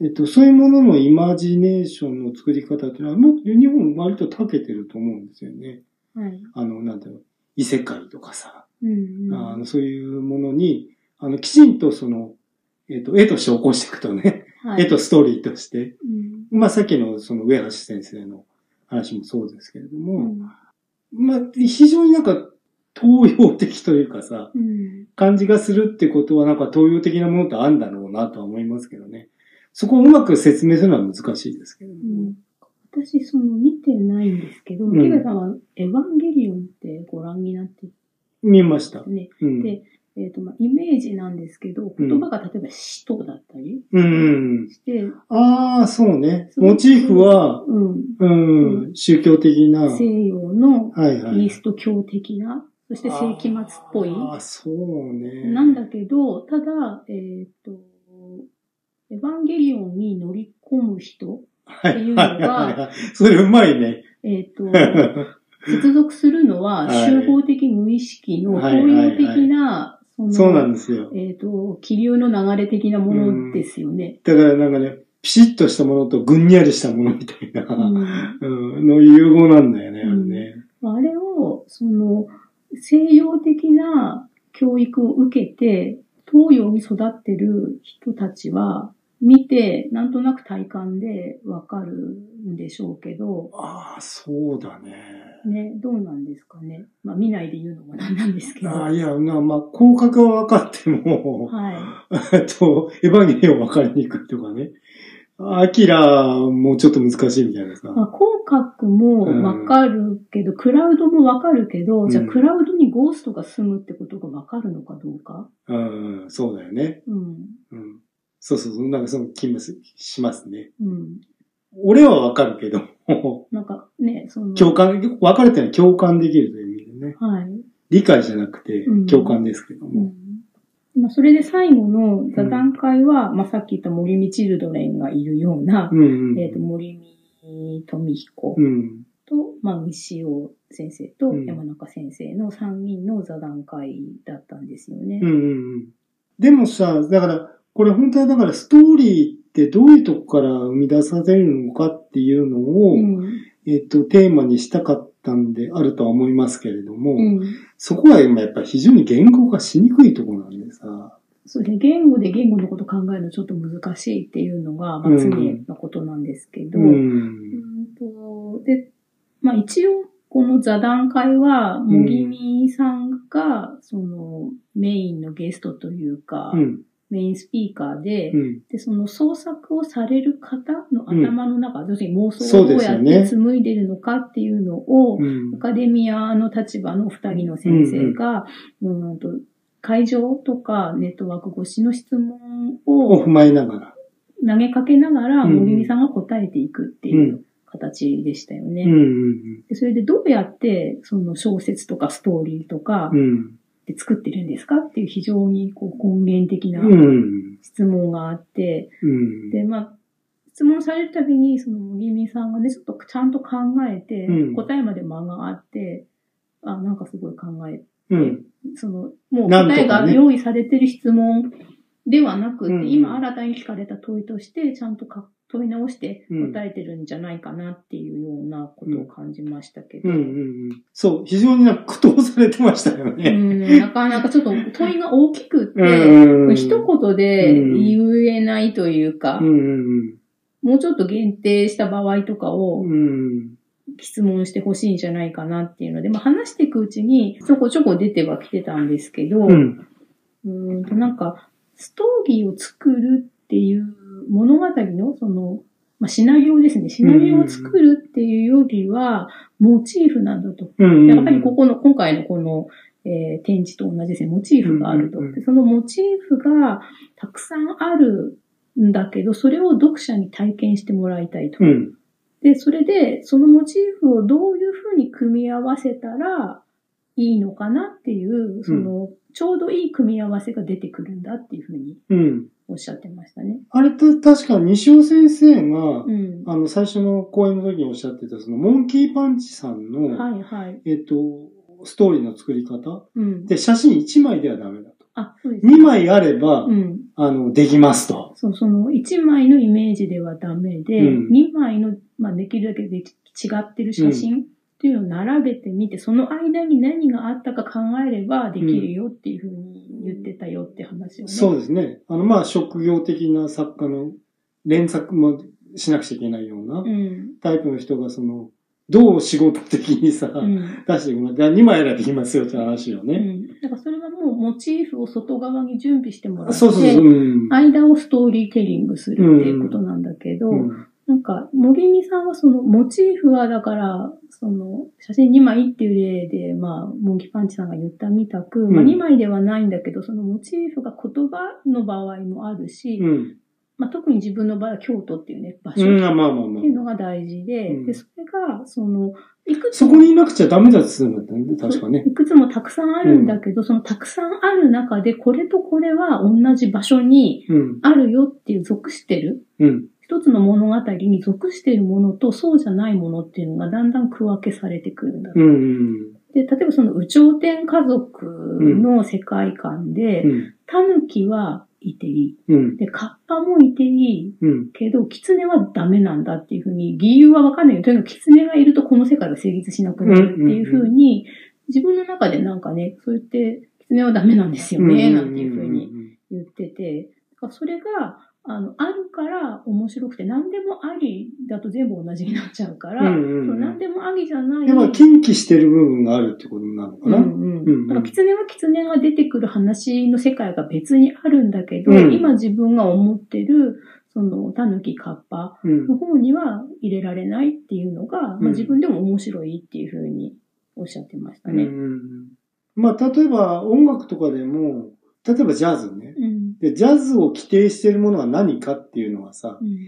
A: えっと、そういうもののイマジネーションの作り方っていうのは、まあ、日本割と長けてると思うんですよね。
B: うん。はい。
A: あの、なんていうの、異世界とかさ。
B: うん、
A: あ
B: うん。
A: のそういうものに、あの、きちんとその、えっ、と、絵として起こしていくとね、
B: はい
A: 絵とストーリーとして、
B: うん
A: まあさっきのその上橋先生の話もそうですけれど
B: う
A: も、
B: ん。
A: まあ非常になんか東洋的というかさ、
B: うん。
A: 感じがするってことはなんか東洋的なものとあんだろうなとは思いますけどね。そこをうまく説明するのは難しいですけど
B: う
A: も。
B: ん私、その、見てないんですけど、
A: ん
B: 木部さんは、エヴァンゲリオンってご覧になってて
A: 見ました。
B: ね、
A: うん。
B: でえっ、と、まあ、イメージなんですけど、言葉が例えば死とだったり
A: うん。
B: して、
A: ああ、そうね。モチーフは、
B: うん、
A: うん、宗教的な。はい
B: 西洋の
A: はい。
B: イースト教的な、そして世紀末っぽい、
A: ああ、そうね。
B: なんだけど、ただ、えっ、と、エヴァンゲリオンに乗り込む人、
A: はい
B: っていうのが
A: はいはいはいそれうまいね。
B: えっ、と、接続するのは
A: はい
B: 集合的無意識の
A: は
B: 東
A: い
B: 洋的な、その
A: そうなんですよ。
B: えっ、と、気流の流れ的なものですよね。
A: だからなんかね、ピシッとしたものとぐんにゃりしたものみたいな、
B: う
A: うん
B: ん
A: の融合なんだよね、あれ
B: うん
A: ね。
B: あれを、その、西洋的な教育を受けて、東洋に育ってる人たちは、見て、なんとなく体感でわかるんでしょうけど、
A: ああ、そうだね。
B: ね、どうなんですかね。まあ見ないで言うのもなんなんですけど。
A: あ
B: は
A: あ、
B: い。
A: いや、まあ、まあ、広角は分かっても、えっと、エヴァンゲリオン分かりにくいとかね。アキラもちょっと難しいみたいなさ。
B: まあ、広角もわかるけど、クラウドもわかるけど、じゃあ
A: うん
B: クラウドにゴーストが住むってことがわかるのかどうか。
A: うん、そうだよね。
B: うん。
A: うん。そうそうそう、なんかその気もすしますね。
B: うん。
A: 俺は分かるけど、
B: なんかね、その。
A: 共感、分かるっていうのは共感できるという意味でね。
B: はい。
A: 理解じゃなくて
B: うん
A: 共感ですけど
B: う
A: も。
B: んまあ、それで最後の座談会は、まあ、さっき言った森見チルドレンがいるような、
A: うん。うん。
B: えっ、と、森見富彦
A: うん。
B: と、まあ、西尾先生と
A: うん
B: 山中先生の3人の座談会だったんですよね。
A: うんうんうん。でもさ、だから、これ本当はだからストーリーってどういうとこから生み出されるのかっていうのを、
B: うん。
A: えっと、テーマにしたかったんであるとは思いますけれども、
B: うん。
A: そこは今やっぱり非常に言語化しにくいところなんでさ、
B: それで言語で言語のこと考えるのちょっと難しいっていうのが、ま
A: う
B: あ、
A: ん
B: 常のことなんですけど、
A: うん。
B: うんと、で、まあ一応、この座談会は、森美さんが、その、メインのゲストというか、
A: うん。
B: メインスピーカーで、
A: うん。
B: で、その創作をされる方の頭の中、要するに妄想
A: そ
B: を
A: う
B: ど
A: で
B: う
A: す
B: や
A: よ
B: っ
A: ね
B: て紡いでるのかっていうのを、
A: うん
B: アカデミアの立場のお二人の先生が、うんと会場とかネットワーク越しの質問
A: を
B: を
A: 踏まえながら。
B: 投げかけながら、
A: うん
B: 森美さんが答えていくっていう形でしたよね。
A: うんうん
B: でそれでどうやってその小説とかストーリーとか
A: うん。うん。
B: で作ってるんですかっていう非常にこう根源的な
A: うん。
B: 質問があって、
A: うん。
B: で、まあ、質問されるたびに、その、森美さんがね、ちょっとちゃんと考えて、
A: うん
B: 答えまで間があって、あ、なんかすごい考え、
A: うん。
B: その、もう
A: なんとか
B: 答
A: ね
B: えが用意されてる質問ではなくて、
A: うんうん
B: 今新たに聞かれた問いとして、ちゃんとか問い直して
A: うん
B: 答えてるんじゃないかなっていうようなことを感じましたけど、
A: うんうんうん。そう、非常になんか苦闘されてましたよね。
B: うんなかなかちょっと問いが大きくって、
A: うん
B: 一言で言えないというか、
A: うんうん
B: もうちょっと限定した場合とか
A: う
B: を
A: ん。うん。
B: 質問してほしいんじゃないかなっていうので、まあ、話していくうちにちょこちょこ出てはきてたんですけ
A: う。
B: ど、うんーんとなんかストーリーを作るっていう物語のその、まあ、シナリオですね。シナリオを作るっていうよりは、モチーフなんだと
A: うん。
B: やっぱりここの、今回のこの、えー展示と同じですね、モチーフがあると。
A: うんうんうん
B: でそのモチーフがたくさんあるんだけど、それを読者に体験してもらいたいと。
A: うん。
B: で、それで、そのモチーフをどういうふうに組み合わせたらいいのかなっていう、その、ちょうどいい組み合わせが出てくるんだっていうふうに
A: うん。
B: おっしゃってましたね。
A: あれって確か西尾先生が、
B: うん。は
A: あの、最初の講演の時におっしゃってた、その、モンキーパンチさんの、
B: いはい。
A: えっと、ストーリーの作り方。
B: うん。
A: で、写真1枚ではダメだと。
B: あ、そうです、
A: 2。枚あれば、
B: うん。
A: あの、できますと。
B: そう、その、1枚のイメージではダメで、
A: うん
B: 2枚の、まあ、できるだけでき違ってる写真っていうのを並べてみて、その間に何があったか考えればできるよっていうふうに言ってたよって話をね。
A: そうですね。あの、まあ、職業的な作家の連作もしなくちゃいけないような
B: うん。
A: タイプの人が、その、どう仕事的にさ、
B: うん。
A: 出していくのか。2枚あればできますよって話よ
B: う
A: ね。
B: ん。だからそれはもうモチーフを外側に準備してもらって、
A: そうそうそう。うん。
B: 間をストーリーテリングするっていうことなんだけど、
A: うん
B: なんか、森美さんはその、モチーフはだから、その、写真2枚っていう例で、まあ、モンキーパンチさんが言ったみたく、まあ
A: うん
B: 2枚ではないんだけど、そのモチーフが言葉の場合もあるし、
A: うん。
B: まあ特に自分の場合は京都っていうね、場所
A: うん、ま
B: っ
A: あまあまあ
B: ていうのが大事で、
A: うん
B: で、それが、その、いくつ
A: そ
B: も
A: こにいなくちゃダメだって言ってたんだったね、確かね。
B: いくつもたくさんあるんだけど、そのたくさんある中で、これとこれは同じ場所に
A: うん。
B: あるよっていう属してる
A: うん。
B: 一つの物語に属しているものとそうじゃないものっていうのがだんだん区分けされてくるんだ。
A: うん。うん
B: で、例えばその宇宙天家族の世界観で、
A: うん。
B: タヌキはいてい
A: うん
B: い。。で、カッパもいていい
A: うん。
B: けど、キツネはダメなんだっていうふうに、理由はわかんないけど、とにかくキツネがいるとこの世界が成立しなくなるっていうふうに、自分の中でなんかね、そう言って、キツネはダメなんですよね、なんていうふうに言ってて、だからそれが、あの、あるから面白くて、何でもありだと全部同じになっちゃうから、
A: うんうんうん
B: その何でもありじゃない。
A: でも、近畿してる部分があるってことなのか
B: うん
A: な、
B: うん
A: うん
B: だから、狐は狐が出てくる話の世界が別にあるんだけど、
A: うん
B: 今自分が思ってる、その、狸カッパ
A: うん
B: の方には入れられないっていうのが、
A: うん
B: まあ、自分でも面白いっていうふうにおっしゃってました
A: うんう
B: ね。
A: んうんまあ、例えば音楽とかでも、例えばジャズね。
B: うん。
A: で、ジャズを規定してるものは何かっていうのはさ
B: う、ん。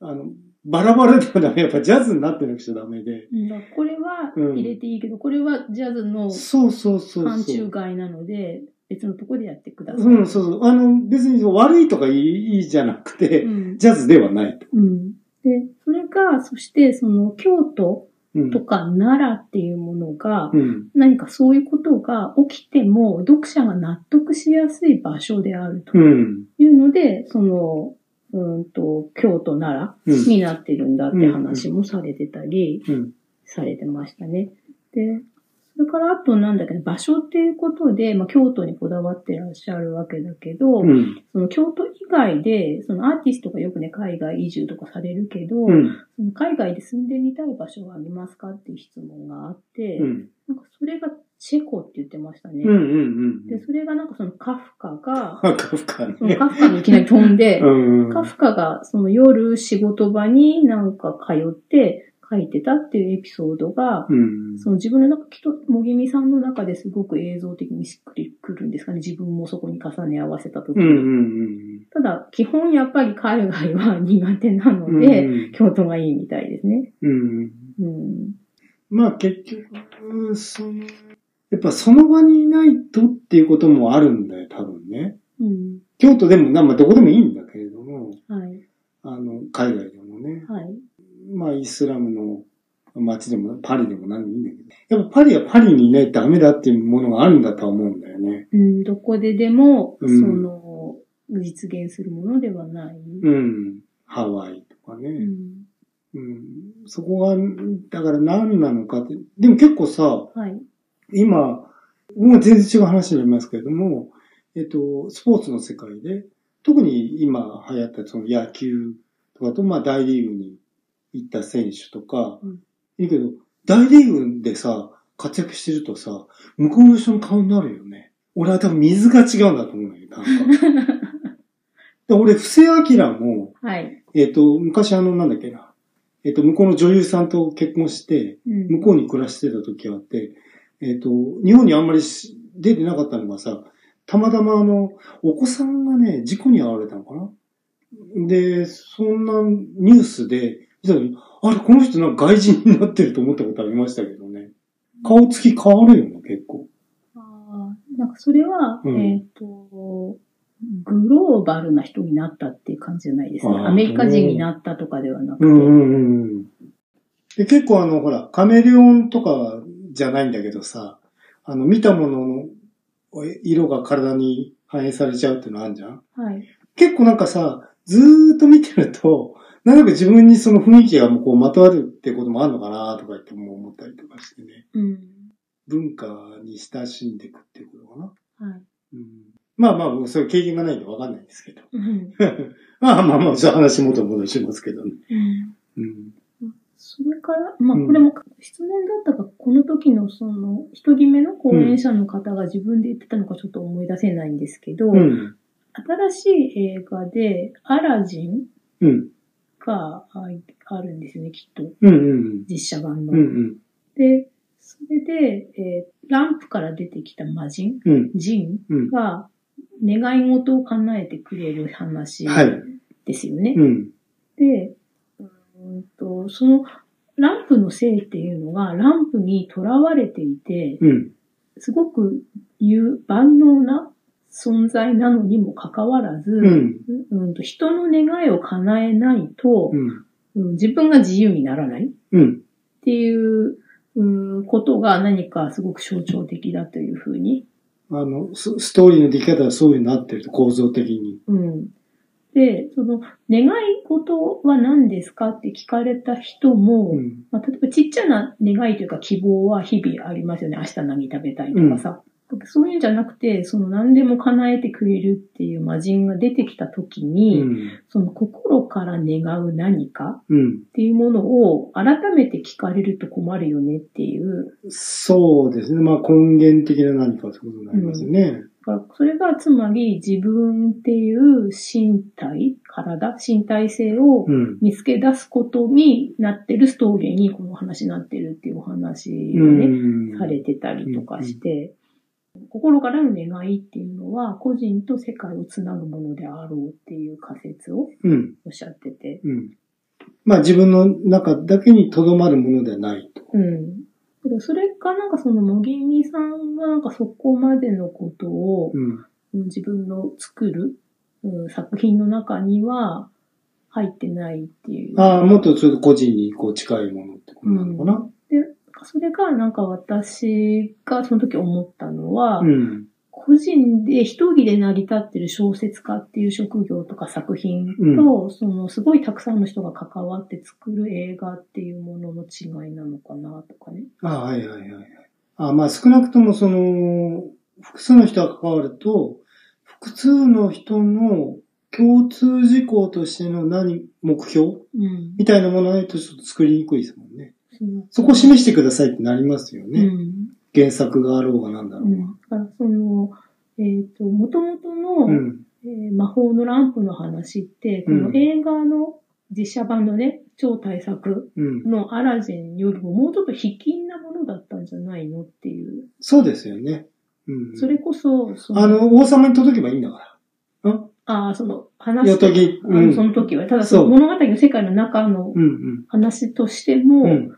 A: あの、バラバラではダメ。やっぱジャズになってなくちゃダメで。
B: うんだからこれは
A: うん
B: 入れていいけど、これはジャズの
A: そうそうそうそう。
B: 範疇外なので、別のところでやってください。
A: うん、そうそう。あの、別に悪いとかいいいいじゃなくて、
B: うん
A: ジャズではないと。
B: うん。で、それが、そして、その、京都
A: うん。
B: とか奈良っていうものが、
A: うん。
B: 何かそういうことが起きても、読者が納得しやすい場所であると
A: うん。
B: いうので、その、うんと、京都奈良
A: うん
B: になってるんだって話もされてたり、
A: うん。
B: されてましたね。で、それからあとなんだっけど、場所っていうことで、まあ、京都にこだわってらっしゃるわけだけど、
A: うん。
B: その京都以外で、そのアーティストがよくね、海外移住とかされるけど、
A: うん。
B: その海外で住んでみたい場所はありますかっていう質問があって、
A: うん。
B: なんかそれがチェコって言ってましたね。
A: うん。うん。
B: で、それがなんかそのカフカが、
A: あ、カフカね
B: そのカフカにいきなり飛
A: [laughs]
B: んで、
A: うん。
B: カフカがその夜仕事場になんか通って書いてたっていうエピソードが、
A: うん。
B: その自分の中、きっと、もぎみさんの中ですごく映像的にしっくりくるんですかね。自分もそこに重ね合わせたとき
A: う
B: に。
A: ん。うん。
B: ただ、基本やっぱり海外は苦手な
A: う
B: の
A: ん。
B: で、京都がいいみたいですね。
A: うん。うん。
B: うん。
A: まあ結局、その、やっぱその場にいないとっていうこともあるんだよ、多分ね。
B: うん。
A: 京都でも、なまあどこでもいいんだけれども、
B: はい。
A: あの、海外でもね。
B: はい。
A: まあイスラムの街でも、パリでも何でもいいんだけど。やっぱパリはパリにいないとダメだっていうものがあるんだとは思うんだよね。
B: うん、どこででも、
A: うん
B: その、実現するものではない。
A: うん。ハワイとか
B: う
A: ね。
B: ん。
A: うん。そこが、だから何なのかって。でも結構さ、
B: はい。
A: 今、もう全然違う話になりますけれども、えっと、スポーツの世界で、特に今流行ったその野球とかと、まあ大リーグに行った選手とか、
B: うん
A: いいけど、大リーグでさ、活躍してるとさ、向こうの人の顔になるよね。俺は多分水が違うんだと思うんだけど、なんか。
B: [laughs]
A: で俺、布施明も、
B: はい。
A: えっと、昔あの、なんだっけな、えっと、向こうの女優さんと結婚して、
B: うん。
A: 向こうに暮らしてた時があって、えっ、と、日本にあんまりし出てなかったのがさ、たまたまあの、お子さんがね、事故に遭われたのかなで、そんなニュースで、見た時にあれ、この人なんか外人になってると思ったことありましたけどね。顔つき変わるよね、結構。
B: あーなんかそれは、
A: うん
B: えっ、と、グローバルな人になったっていう感じじゃないです
A: あー
B: か。アメリカ人になったとかではなくて。
A: うんうんうん。で、結構あの、ほら、カメレオンとかじゃないんだけどさ、あの、見たもののえ色が体に反映されちゃうっていうのあるじゃん
B: はい。
A: 結構なんかさ、ずーっと見てると、なんとなく自分にその雰囲気がもうこうまとわるってこともあるのかなとか言ってもう思ったりとかしてね。
B: うん。
A: 文化に親しんでいくっていうことかな。
B: はい。
A: うん、まあまあ、僕そういう経験がないんでわかんないんですけど。 [laughs]
B: うん。
A: まあまあまあ、じゃあ話元に戻しますけどね。
B: うん
A: うん。
B: それから、まあ
A: うん
B: これも質問だったが、この時のその、一人目の講演者の方が自分で言ってたのかちょっと思い出せないんですけど、
A: うん。
B: 新しい映画で、アラジン
A: うん。
B: がああるんですよね、きっと。
A: うんうん。
B: 実写版の。
A: うんうん。
B: で、それで、えーランプから出てきた魔人、
A: うん。
B: ジン
A: うん。
B: が、願い事を叶えてくれる話
A: はい。
B: ですよね。
A: うん。
B: で、うーんと、その、ランプのせいっていうのが、ランプに囚われていて、
A: うん。
B: すごく有万能な存在なのにもかかわらず、
A: うん。
B: うんと人の願いを叶えないと
A: う、ん。
B: うん自分が自由にならないっ
A: うん。
B: ていううんことが何かすごく象徴的だというふうに。
A: あの、スストーリーの出来方はそういうになってると、構造的に。
B: うん、で、その願い事は何ですかって聞かれた人も、
A: うん。
B: まあ、例えばちっちゃな願いというか希望は日々ありますよね。明日何食べたいとかさ。そういうんじゃなくて、その何でも叶えてくれるっていう魔人が出てきた時
A: う
B: に、
A: ん。
B: その心から願う何か
A: うん。
B: っていうものを改めて聞かれると困るよねっていう。
A: そうですね。まあ根源的な何かってことになりますよね。
B: だからそれがつまり自分っていう身体、体、身体性を
A: うん。
B: 見つけ出すことになってるストーリーにこの話になってるっていうお話を
A: う
B: ね、
A: ん。
B: されてたりとかして、心からの願いっていうのは、個人と世界をつなぐものであろうっていう仮説を
A: うん。
B: おっしゃってて、
A: うん。まあ自分の中だけにとどまるものではないと。
B: うん。だからそれかなんかその茂木みさんがなんかそこまでのことを
A: うん。
B: 自分の作る、うん、作品の中には入ってないっていう。
A: ああ、もっとちょっと個人にこう近いものってことなのかな。
B: それがなんか私がその時思ったのは、
A: うん。
B: 個人で一人で成り立ってる小説家っていう職業とか作品と、そのすごいたくさんの人が関わって作る映画っていうものの違いなのかなとかね。
A: ああ、はいはいはいはい。ああまあ少なくともその、複数の人が関わると、複数の人の共通事項としての何、目標
B: うん。
A: みたいなものないとちょっと作りにくいですもんね。
B: そう
A: そこを示してくださいってなりますよ
B: う
A: ね。
B: ん。
A: 原作があろうがなんだろ
B: う
A: うが。
B: ん。だからその、えっ、と、元々の、
A: うん。
B: えー魔法のランプの話って、こ
A: う
B: の
A: ん
B: 映画の実写版のね、超大作
A: うん。
B: のアラジンよりももうちょっと卑近なものだったんじゃないのっていう。
A: そうですよね。うん。
B: それこそ、そ
A: あの、王様に届けばいいんだか
B: ああ、その
A: ら。
B: 話
A: よとぎ。
B: あ
A: う
B: のそ
A: ん。
B: の時は。ただ、
A: そう
B: その物語の世界の中の
A: うん
B: 話として
A: うん。
B: も、
A: うん。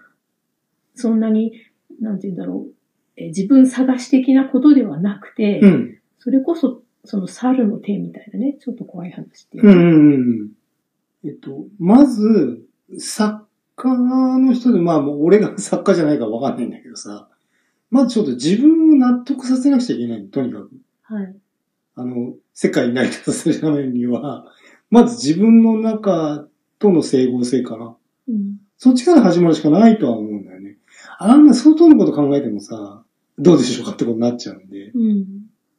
B: そんなに、なんて言うんだろう、えー自分探し的なことではなくて、
A: うん。
B: それこそ、その猿の手みたいなね、ちょっと怖い話っていうう。
A: んうんうん。えっと、まず、作家の人で、まあもう俺が作家じゃないからわかんないんだけどさ、まずちょっと自分を納得させなくちゃいけない。とにかく。
B: はい。
A: あの、世界に成り立たせるためには、まず自分の中との整合性かな。
B: うん。
A: そっちから始まるしかないとは思うんだよね。あんな外のこと考えてもさ、どうでしょうかってことになっちゃうんで、
B: うん。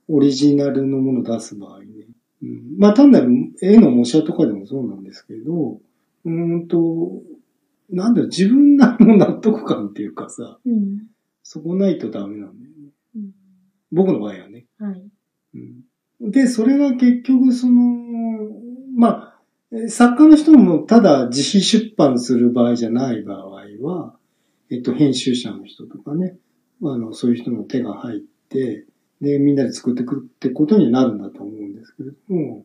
A: オリジナルのもの出す場合ね。うん、まあ単なる絵の模写とかでもそうなんですけど、うーんと、なんだろう、自分なりの納得感っていうかさ、
B: うん。
A: そこないとダメなんだよね。
B: うん。
A: 僕の場合はね。
B: はい。
A: うんで、それが結局、その、まあ、えー作家の人もただ自費出版する場合じゃない場合は、えっと、編集者の人とかね、あの、そういう人の手が入って、で、みんなで作ってくるってことになるんだと思うんですけれども、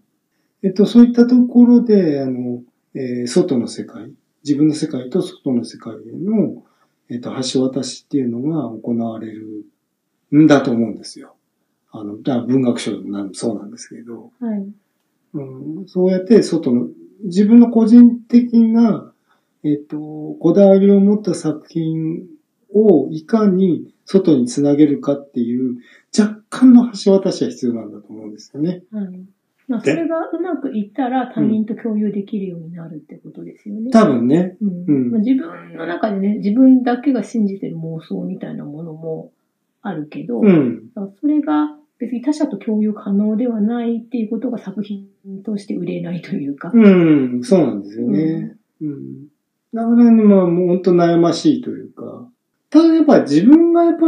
A: えっと、そういったところで、あの、えー外の世界、自分の世界と外の世界への、えっと、橋渡しっていうのが行われるんだと思うんですよ。あの、だから文学賞でもなんそうなんですけど、
B: はい。
A: うん、そうやって外の、自分の個人的な、えっと、こだわりを持った作品をいかに外につなげるかっていう、若干の橋渡しは必要なんだと思うんですよね。
B: はい。まあ、そ
A: で
B: れがうまくいったら他人と共有できるようになるってことですよね。
A: 多分ね。
B: うん
A: うん
B: まあ、自分の中でね、自分だけが信じてる妄想みたいなものもあるけど、
A: うん。
B: だからそれが別に他者と共有可能ではないっていうことが作品として売れないというか。
A: うん、そうなんですよね。うん。だからね、まあ、もう本当悩ましいというか。ただやっぱり自分がやっぱ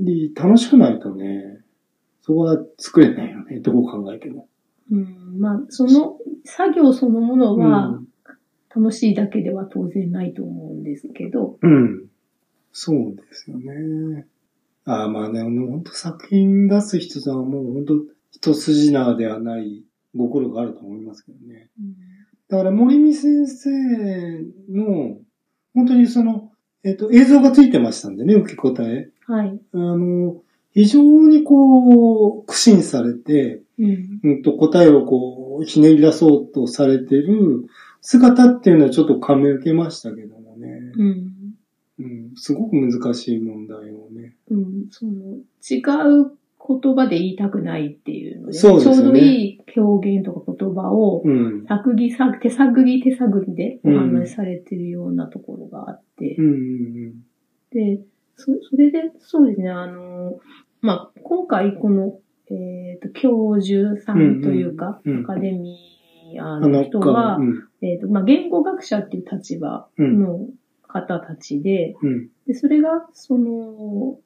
A: り楽しくないとね、そこは作れないよね、どう考えても。
B: うんまあ、その作業そのもの
A: う
B: は
A: ん
B: 楽しいだけでは当然ないと思うんですけど、
A: うん。そうですよね。ああ、まあね、本当作品出す人とはもう本当一筋縄ではないご苦労があると思いますけどね。だから森見先生の、本当にその、えっ、と、映像がついてましたんでね、受け答え。
B: はい。
A: あの、非常にこう、苦心されて、
B: うん
A: うんと、答えをこう、ひねり出そうとされてる姿っていうのはちょっと噛み受けましたけどもね。
B: うん
A: うん、すごく難しい問題をね。
B: うん、その違う言葉で言いたくないっていうので、
A: そうです
B: ち
A: よ
B: ょ
A: ね
B: うどいい表現とか言葉を
A: うん。
B: 探り探手探り手探りでお話しされてるようなところがあって、
A: うん、
B: で、そそれで、そうですね、あの、まあ、今回この、えっ、と、教授さんというか、
A: うんうんうん
B: アカデミア
A: あ
B: の人は、
A: うん、
B: えっ、と、まあ、言語学者っていう立場
A: うん、
B: の方たちで、
A: うん、
B: で、それが、その、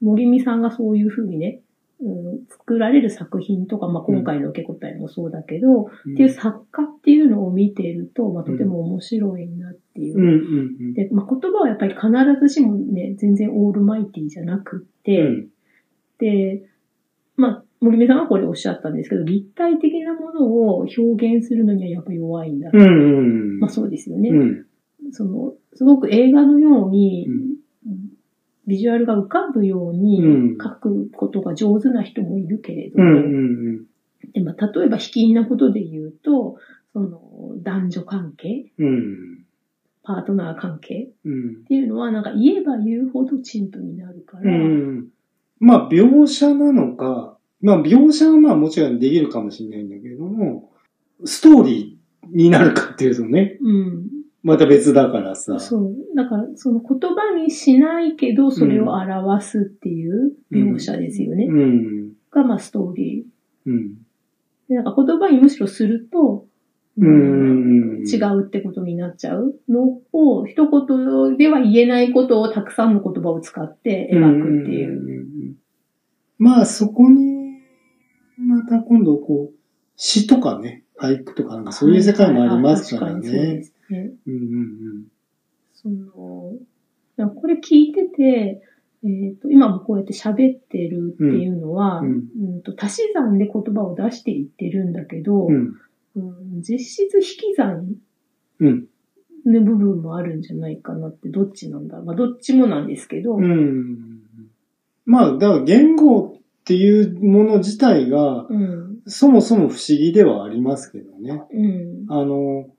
B: 森美さんがそういうふうにね、うん、作られる作品とか、まあ、今回の受け答えもそうだけど、っていう作家っていうのを見ていると、まあ、とても面白いなっていう。
A: うん、うん、
B: で、まあ、言葉はやっぱり必ずしもね、全然オールマイティじゃなくって、
A: うん、
B: で、まあ、森目さんはこれおっしゃったんですけど、立体的なものを表現するのにはやっぱ弱いんだ。
A: うん、うん、
B: まあそうですよね、
A: うん、
B: その、すごく映画のように、
A: うん
B: ビジュアルが浮かぶよう
A: うん
B: に書くことが上手な人もいるけれど
A: う
B: も、
A: ん、うん、
B: でまあ、例えば卑近なことで言うと、その、男女関係、
A: うん、
B: パートナー関係
A: うん
B: っ、ていうのは、なんか言えば言うほど陳腐になるから、
A: うん。まあ、描写なのか、まあ、描写はまあもちろんできるかもしれないんだけれども、ストーリーになるかっていうとね、
B: うん、
A: また別だからさ。
B: そう。だから、その言葉にしないけど、それを表すっていう描写ですよね。
A: うん。
B: が、まあ、ストーリ
A: うん。
B: ー。で、なんか言葉にむしろすると、
A: う
B: う
A: ん。
B: ん違。うってことになっちゃうのを、一言では言えないことをたくさんの言葉を使って描くっていう。
A: う。まあ、そこに、また今度、こう、詩とかね、俳句とかなんかそういう世界もありますから
B: はいはいはい確かにそうで
A: ね。
B: すね。
A: うんうん
B: その、だからこれ聞いてて、えっ、と、今もこうやって喋ってるっていうのは、
A: う
B: うんんと足し算で言葉を出していってるんだけど、
A: うん。うん。
B: うん実質引き算
A: うん。
B: の部分もあるんじゃないかなって、どっちなんだまあ、どっちもなんですけど、
A: う、ん。まあ、だから言語っていうもの自体が、
B: うん、
A: そもそも不思議ではありますけどね。
B: うん、
A: あの、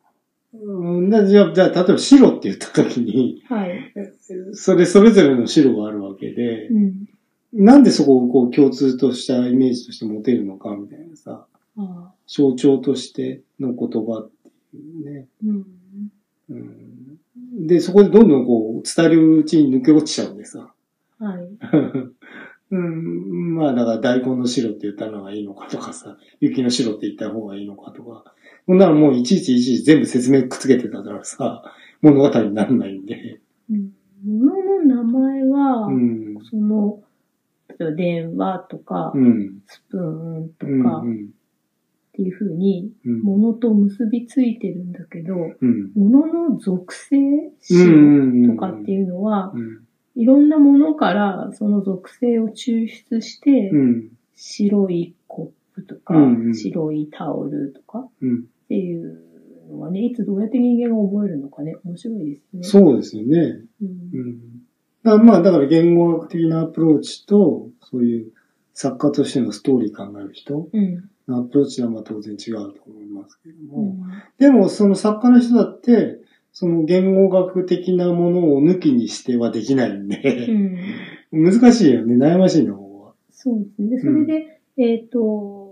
A: うんなじゃあ、じゃあ例えば白って言った時に、
B: はい、
A: それそれぞれの白があるわけで
B: う、ん、
A: なんでそこをこう共通としたイメージとして持てるのかみたいなさ、
B: ああ、
A: 象徴としての言葉っていうね。
B: うん、
A: うん、で、そこでどんどんこう伝えるうちに抜け落ちちゃうんでさ。
B: はい、
A: [laughs] うん、まあだから大根の白って言ったのがいいのかとかさ、 [laughs] 雪の白って言った方がいいのかとか、そんなのもういちいちいちいち全部説明くっつけてたからさ、 [laughs] 物語にならないんで。
B: うん。物の名前は、
A: うん。
B: その、例えば電話とか、
A: うん。
B: スプーンと
A: う
B: か、
A: ん。
B: っていうふうに、
A: うん。
B: 物と結びついてるんだけど、
A: うん。
B: 物の属性、種
A: うん。
B: とかっていうのは、
A: うん。
B: いろんなものからその属性を抽出して、
A: うん。
B: 白いコップとか、
A: うんうん
B: 白いタオルとかっ
A: うん。
B: ていうのはね、いつどうやって人間が覚えるのかね、面白いですね。
A: そうですよね。
B: う。
A: うんん。だからまあだから言語学的なアプローチと、そういう作家としてのストーリー考える人
B: うん。
A: のアプローチはまあ当然違うと思いますけども。
B: うん。
A: でも、その作家の人だって、その言語学的なものを抜きにしてはできないん
B: う
A: で、
B: ん
A: 難しいよね、悩ましいの方は。
B: そうですね。それで、えっ、と、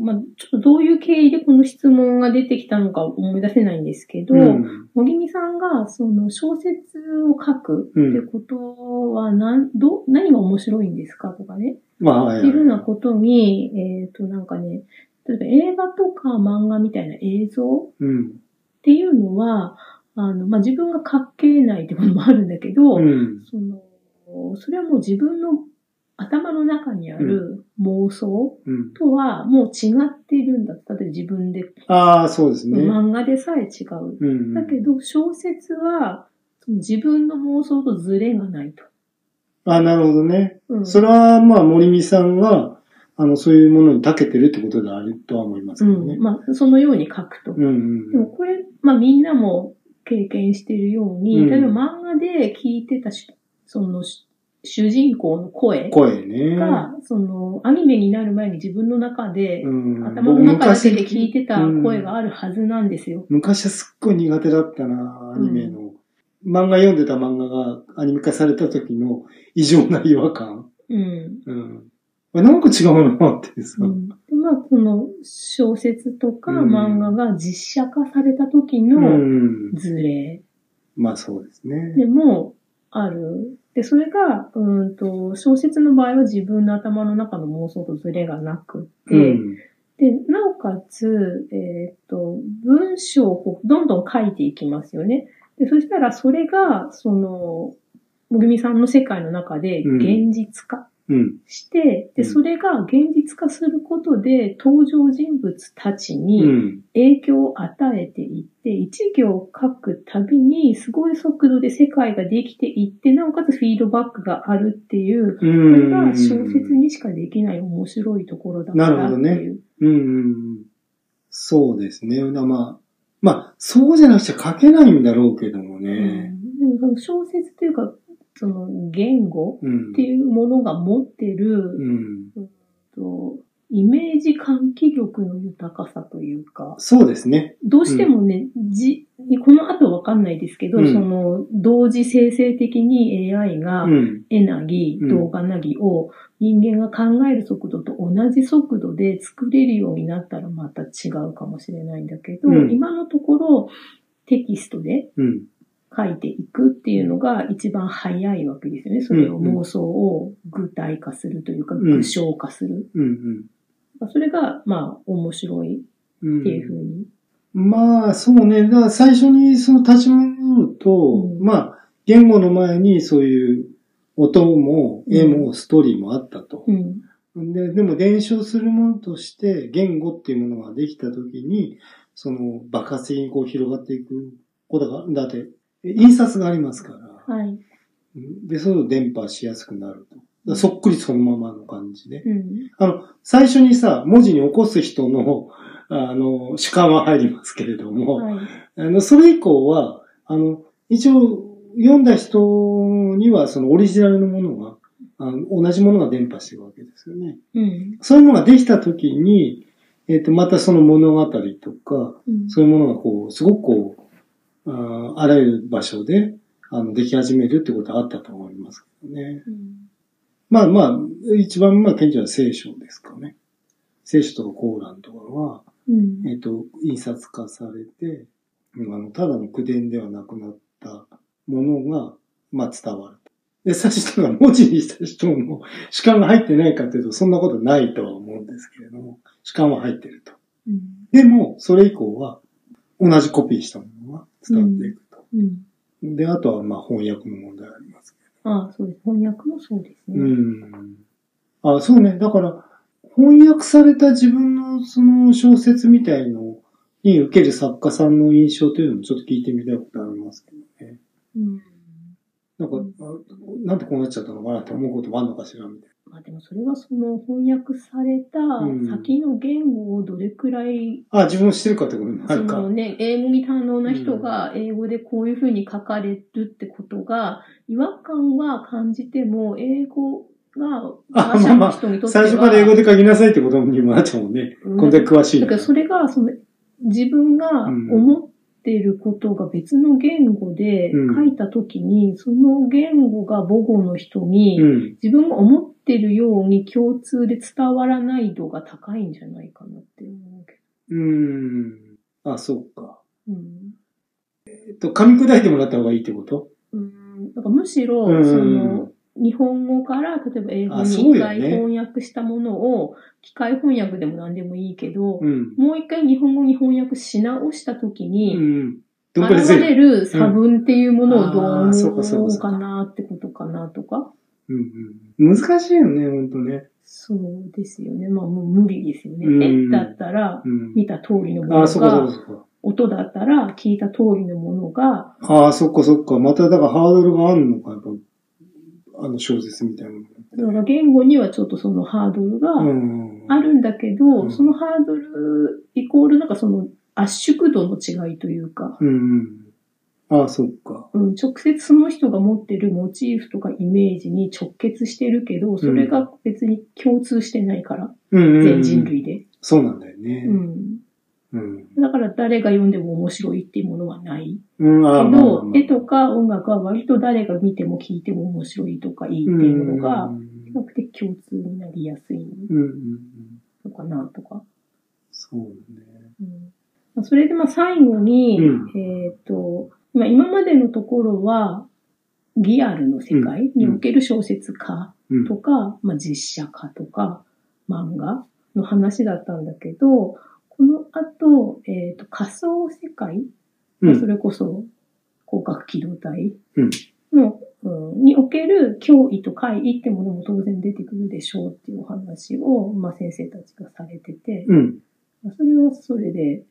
B: まあ、ちょっとどういう経緯でこの質問が出てきたのか思い出せないんですけど、
A: うん。
B: 茂木さんがその小説を書くってことは何、ど何が面白いんですかとかね、
A: まあ、はい
B: っていうふうなことに、えっ、となんかね、例えば映画とか漫画みたいな映像
A: うん。
B: っていうのは、あの、まあ、自分が書けないってこともあるんだけど、
A: うん。
B: その、それはもう自分の頭の中にある妄想
A: うん。
B: とはもう違っているんだ。例えば自分で、
A: ああ、そうですね。
B: 漫画でさえ違う。
A: うん。
B: だけど、小説は、その自分の妄想とズレがないと。
A: あなるほどね。
B: うん、
A: それは、まあ、森美さんが、あの、そういうものに長けてるってことであるとは思います
B: う
A: けどね
B: ん。。まあ、そのように書くと。
A: うん。
B: でもこれ、まあみんなも経験してるように、
A: うん
B: 例えば漫画で聞いてたし、そのし主人公の声が、
A: 声ね。
B: そのアニメになる前に自分の中で、
A: うん
B: 頭の中だけで聞いてた声
A: うん
B: があるはずなんですよ。
A: 昔はすっごい苦手だったな、アニメの。漫画読んでた漫画がアニメ化された時の異常な違和感。
B: うん。
A: うん。あなんか違うなってさ。
B: うんでまあ、この小説とか
A: うん
B: 漫画が実写化された時
A: う
B: の
A: ん。
B: ズレ
A: まあそうですね。
B: でもあるで、それが、うーんと、小説の場合は自分の頭の中の妄想とズレがなくて、
A: うん。
B: で、なおかつ、えーっと、文章をこうどんどん書いていきますよね。で、そしたらそれが、その、もぐみさんの世界の中で
A: うん
B: 現実化
A: うん。
B: して、
A: う
B: で、
A: ん
B: それが現実化することで登場人物たち
A: う
B: に
A: ん。
B: 影響を与えていって、一行書くたびにすごい速度で世界ができていって、なおかつフィードバックがあるっていう、
A: う
B: こ
A: ん
B: れが小説にしかできない面白いところだ
A: な
B: か
A: る
B: ら
A: ほ
B: って
A: ど
B: いう。
A: ねうんうん。そうですね。だまあ、まあ、そうじゃなくちゃ書けないんだろうけどもね。
B: でもその小説というか、その言語
A: うん。
B: っていうものが持ってる、
A: うん。
B: とイメージ喚起力の豊かさというか、
A: そうですね。
B: どうしてもね、じこの後わかんないですけど、
A: うん
B: その同時生成的に AI が
A: うん。
B: 絵なぎ、
A: うん
B: 動画なぎを人間が考える速度と同じ速度で作れるようになったらまた違うかもしれないんだけど、
A: うん
B: 今のところテキストで
A: うん。
B: 書いていくっていうのが一番早いわけですよね。それを妄想を具体化するというか、
A: うん
B: 具象化する。
A: うん。うん
B: それが、まあ、面白い
A: うん。
B: っていうふうに。
A: まあ、そうね。だから最初にその立ち戻ると、
B: うん
A: まあ、言語の前にそういう音も絵もストーリーもあったと。
B: うん。
A: ででも伝承するものとして言語っていうものができたときに、その爆発的にこう広がっていくことが、だって印刷がありますから、
B: はい。
A: で、そういうの伝播しやすくなると。だからそっくりそのままの感じで。
B: うん。
A: あの、最初にさ、文字に起こす人の、あの、主観は入りますけれども、
B: はい。
A: あの、それ以降は、あの、一応、読んだ人には、そのオリジナルのものが、あの同じものが伝播していくわけですよね。
B: うん。
A: そういうものができたときに、えっ、と、またその物語とか、
B: うん
A: そういうものがこう、すごくこう、あーあらゆる場所で、あの、でき始めるってことはあったと思いますけどね。
B: うん
A: まあまあ、一番、まあ、顕著な聖書ですかね。聖書とかコーランとかは、
B: うん
A: えっ、と、印刷化されて、うんあの、ただの口伝ではなくなったものが、まあ、伝わる。で、さし人が文字にした人も、主観が入ってないかというと、そんなことないとは思うんですけれども、主観は入ってると。
B: うん
A: でも、それ以降は、同じコピーしたものが伝わっていくと。
B: うん。
A: で、あとは、まあ、翻訳の問題あります
B: ああ、そうです。翻訳もそうです
A: けど。う
B: ね。
A: ん。あ、そうね。だから、翻訳された自分のその小説みたいのに受ける作家さんの印象というのもちょっと聞いてみたいことありますけどね。
B: うん。
A: なんか、あなんでこうなっちゃったのかなと思うこともあるのかしらみたい
B: まあでもそれはその翻訳され
A: うん
B: た先の言語をどれくらい
A: な。あ、自分をしてるかってこともあ
B: そ
A: るか。
B: のね、英語に堪能な人が英語でこういうふうに書かれるってことが、違和感は感じても、英語が
A: あ
B: 話者の人にとっては、
A: 最初から英語で書きなさいってことにもなっちゃうもんね。
B: うん
A: こんだけ詳しい
B: だ
A: の
B: からそれが、その、自分が思っていることが別の言語で
A: うん
B: 書いたときに、その言語が母語の人
A: う
B: に、
A: ん。
B: 自分が思ってるように共通で伝わらない度が高いんじゃないかなって思うけ
A: うん。あ、そうか。
B: ど。うん
A: えっと、噛み砕いてもらった方がいいってこと
B: うんなんかむしろ、
A: うん
B: その、日本語から、例えば英語
A: あ
B: に
A: そう
B: 一
A: よね
B: 回翻訳したものを、機械翻訳でも何でもいいけど、
A: うん。
B: もう一回日本語に翻訳し直したとき
A: う
B: に、
A: ん。どんくらい
B: 現
A: ずれ
B: れる差分っていうものをどう
A: あーそうかそう
B: 思
A: かそ
B: う
A: う
B: か
A: か
B: なってことかなとか。
A: うんうん、難しいよね、ほんとね。
B: そうですよね。まあもう無理ですよね。
A: うん
B: 絵だったら、
A: うん、
B: 見た通りのも
A: あ
B: の
A: あ、そっかそっか
B: が、
A: そっか。
B: 音だったら聞いた通りのものが、
A: ああ、そっかそっか。まただからハードルがあるのか、やっぱ、あの小説みたいなの。
B: だから言語にはちょっとそのハードルが、
A: うん。
B: あるんだけど、
A: うん
B: そのハードルイコールなんかその圧縮度の違いというか、
A: うんうん。ああ、そっか。
B: うん、直接その人が持ってるモチーフとかイメージに直結してるけど、それが別に共通してないから、
A: うんうん、うん。
B: 全人。類で、
A: そうなんだよ
B: う
A: ね。
B: ん。
A: うん。
B: だから誰が読んでも面白いっていうものはない
A: うん、
B: け
A: あ
B: ど、
A: あ、まあまあまあ
B: 絵とか音楽は割と誰が見ても聴いても面白いとかいいっていうものが、
A: うん
B: 比較的共通になりやすい
A: うんうんうん。
B: のかなとか。
A: そうだね。
B: うんまあそれでまあ最後に、
A: うん
B: えっ、と、まあ今までのところは、リアルの世界における小説家
A: うん
B: とか、まあ、実写化とか漫画の話だったんだけど、この後、えっ、と、仮想世界、
A: うん
B: それこそ、広角機動隊
A: うん
B: の、うんにおける脅威と怪異ってものも当然出てくるでしょうっていうお話を、まあ、先生たちがされてて、
A: うん。
B: まあそれはそれで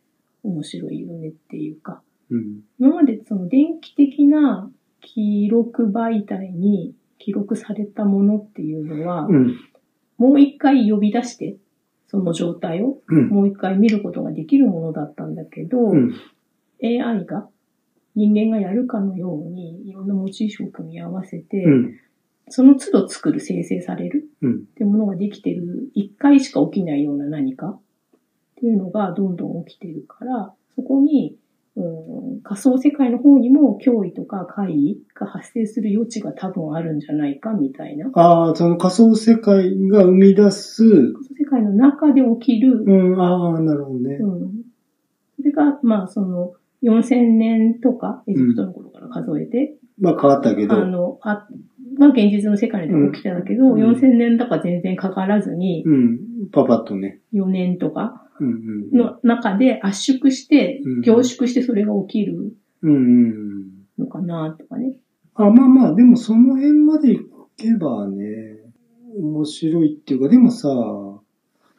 B: 面白いよねっていうか、
A: うん。
B: 今までその電気的な記録媒体に記録されたものっていうのは、
A: うん。
B: もう一回呼び出して、その状態を
A: うん。
B: もう一回見ることができるものだったんだけど、
A: うん。
B: AI が人間がやるかのようにいろんなモチーフを組み合わせて、
A: うん。
B: その都度作る、生成される
A: うん。
B: ってものができてる、一回しか起きないような何かっていうのがどんどん起きてるから、そこに、うん、仮想世界の方にも脅威とか怪異が発生する余地が多分あるんじゃないかみたいな。
A: ああ、その仮想世界が生み出す、う
B: 仮想世界の中で起きる、
A: ん、ああ、なるほどね
B: う。ん。それが、まあその、4000年とか、エジプトの頃から数えて、
A: まあ変わったけど。
B: あの、あ、まあ現実の世界で起きてたけど、
A: うん
B: 4000年だから全然かからずに、
A: うん。パパッとね。
B: 4年とか、
A: うんうん。
B: の中で圧縮して
A: うん、
B: 凝縮してそれが起きる
A: うんうん。
B: のかなとかね。
A: あ、まあまあ、でもその辺まで行けばね、面白いっていうか、でもさ、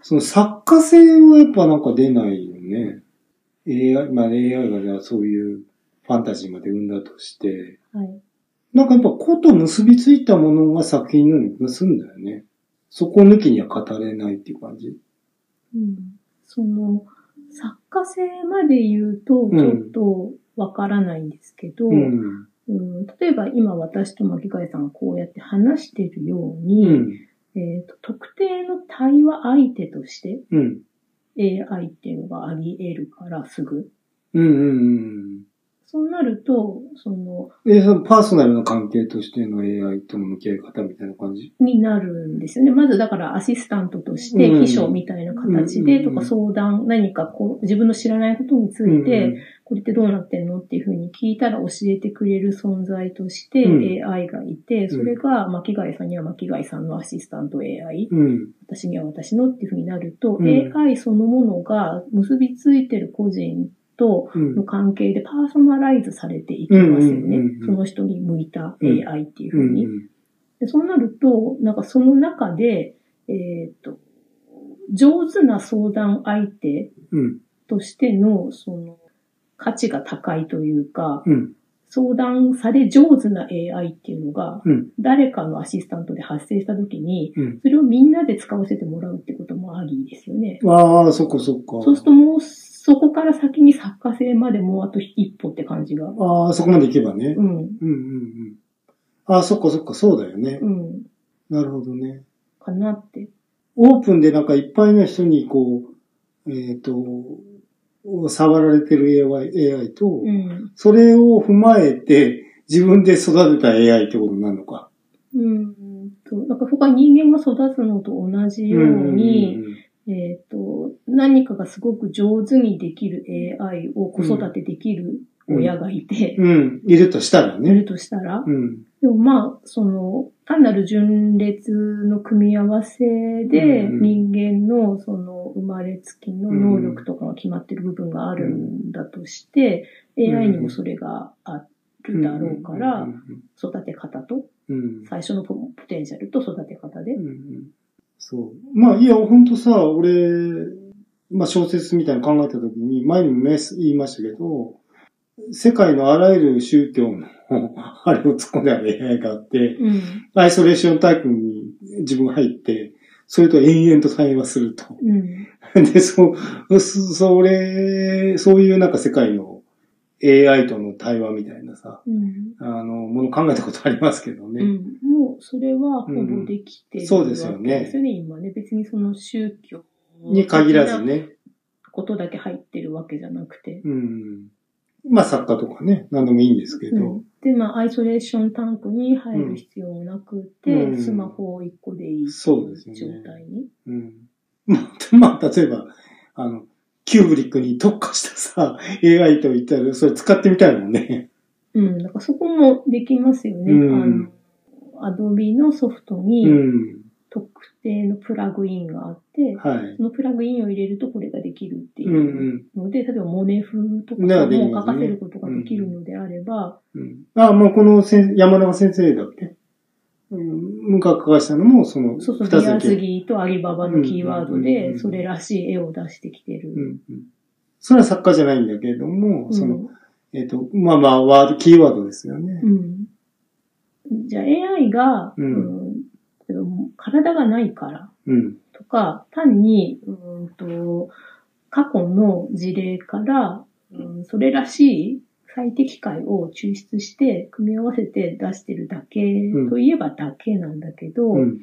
A: その作家性はやっぱなんか出ないよね。AI、まあ AI がじゃあそういうファンタジーまで生んだとして、
B: はい。
A: なんかやっぱこと結びついたものが作品のような気がするんだよね。そこ抜きには語れないっていう感じ。
B: うん、その、作家性まで言うと、
A: ん
B: ちょっとわからないんですけど、
A: うん。
B: うん例えば今私と巻貝さんがこうやって話しているよう
A: う
B: に、
A: ん。
B: えーと、特定の対話相手として
A: うん。
B: AI っていうのがあり得るからすぐ。
A: うんうん
B: そうなると、その、
A: うん。え、そのパーソナルの関係としての AI との向き合い方みたいな感じ
B: になるんですよね。まずだからアシスタントとして
A: うん
B: 秘書みたいな形で
A: うんう
B: と
A: んうん
B: か相談、何かこう自分の知らないことについて、、これってどうなってんのっていうふうに聞いたら教えてくれる存在として
A: う
B: AI がいて、それが巻貝さんには巻貝さんのアシスタント AI、
A: うんうん。
B: 私には私のっていうふうになると、
A: うん
B: AI そのものが結びついてる個人と
A: うん
B: の関係でパーソナライズされていきますよ
A: うんうんう
B: ね
A: んうん。
B: その人に向いた AI っていう
A: う
B: ふうに。
A: ん
B: でそうなると、なんかその中で、えーっと、上手な相談相手
A: うん。
B: としての、その、価値が高いというか、
A: うん。
B: 相談され上手な AI っていうのが、
A: うん
B: 誰かのアシスタントで発生した時に、
A: うん
B: それをみんなで使わせてもらうってこともありですよね。
A: ああ、そっかそっか。
B: そうするともう、そこから先に作家性までもうあと一歩って感じが。
A: ああ、そこまでいけばね
B: う。ん。
A: うんうんうん。ああ、そっかそっか、そうだよね。
B: うん。
A: なるほどね。
B: かなって。
A: オープンでなんかいっぱいの人にこう、えっ、と、触られてる AI, AI と、
B: うん。
A: それを踏まえて自分で育てた AI ってことになるのか。
B: うんと、なんか他人間が育つのと同じように、
A: ん
B: えっ、と、何かがすごく上手にできる AI を子育てできる親がいて、
A: うんうん、いるとしたら
B: いる
A: ね。
B: としたら、
A: うん。
B: でもまあ、その、単なる順列の組み合わせで、
A: うん
B: 人間のその生まれつきの能力とかが決まってる部分があるんだとして、
A: ん
B: AI にもそれがあるだろうから、育て方と、
A: うん、うん。
B: 最初のポポテンシャルと育て方で
A: う、んうんそう。まあ、いや、ほんとさ、俺、まあ、小説みたいに考えたときに、前にもね言いましたけど、世界のあらゆる宗教の、あれを突っ込んだ AI があって、
B: うん。
A: アイソレーションタイプに自分が入って、それと延々と対話すると。 [laughs]
B: うん。
A: で、そう、そそれ、そういうなんか世界の AI との対話みたいなさ、
B: うん。
A: あの、もの考えたことありますけど
B: う
A: ね。
B: んもう、それはほぼできて
A: うん
B: る
A: そうですよね
B: わけですよね、今ね。別にその宗教
A: に限らず
B: 的な
A: ね。
B: ことだけ入ってるわけじゃなくて。
A: うん。まあ作家とかね、何でもいいんですけど。
B: うんで、まあ、アイソレーションタンクに入る必要もなくて、
A: うん
B: スマホを一個でいい
A: そうですよ
B: 状
A: ね
B: 態に。
A: うん。まあ、まあ、例えば、あの、キューブリックに特化したさ、AI と言ったら、それ使ってみたいもんね。
B: うん、だからそこもできますよね。
A: うん
B: あの、アドビのソフトに
A: うん。
B: 特定のプラグインがあって、
A: はい。
B: そのプラグインを入れるとこれができるっていううんので、例えばモネ風とか
A: ね
B: も
A: できますね
B: う書かせることができるのであれば、
A: うん。あ、もうこの先山中先生だっけうん。向川かがしたのも、その、
B: そうそう、
A: 二
B: ビア
A: 付
B: ズ
A: け。
B: ギーとアリババのキーワード
A: うんうんうんう
B: で、
A: ん
B: それらしい絵を出してきてる。
A: うんうん。それは作家じゃないんだけれども、
B: うん
A: その、えっと、まあまあ、ワード、キーワードですよね。
B: うんじゃあ AI が、
A: うん
B: うんけど体がないから
A: うん。
B: とか、単に、うんと、過去の事例から、うんそれらしい最適解を抽出して、組み合わせて出してるだけ
A: ん
B: といえばだけなんだけど、
A: うん。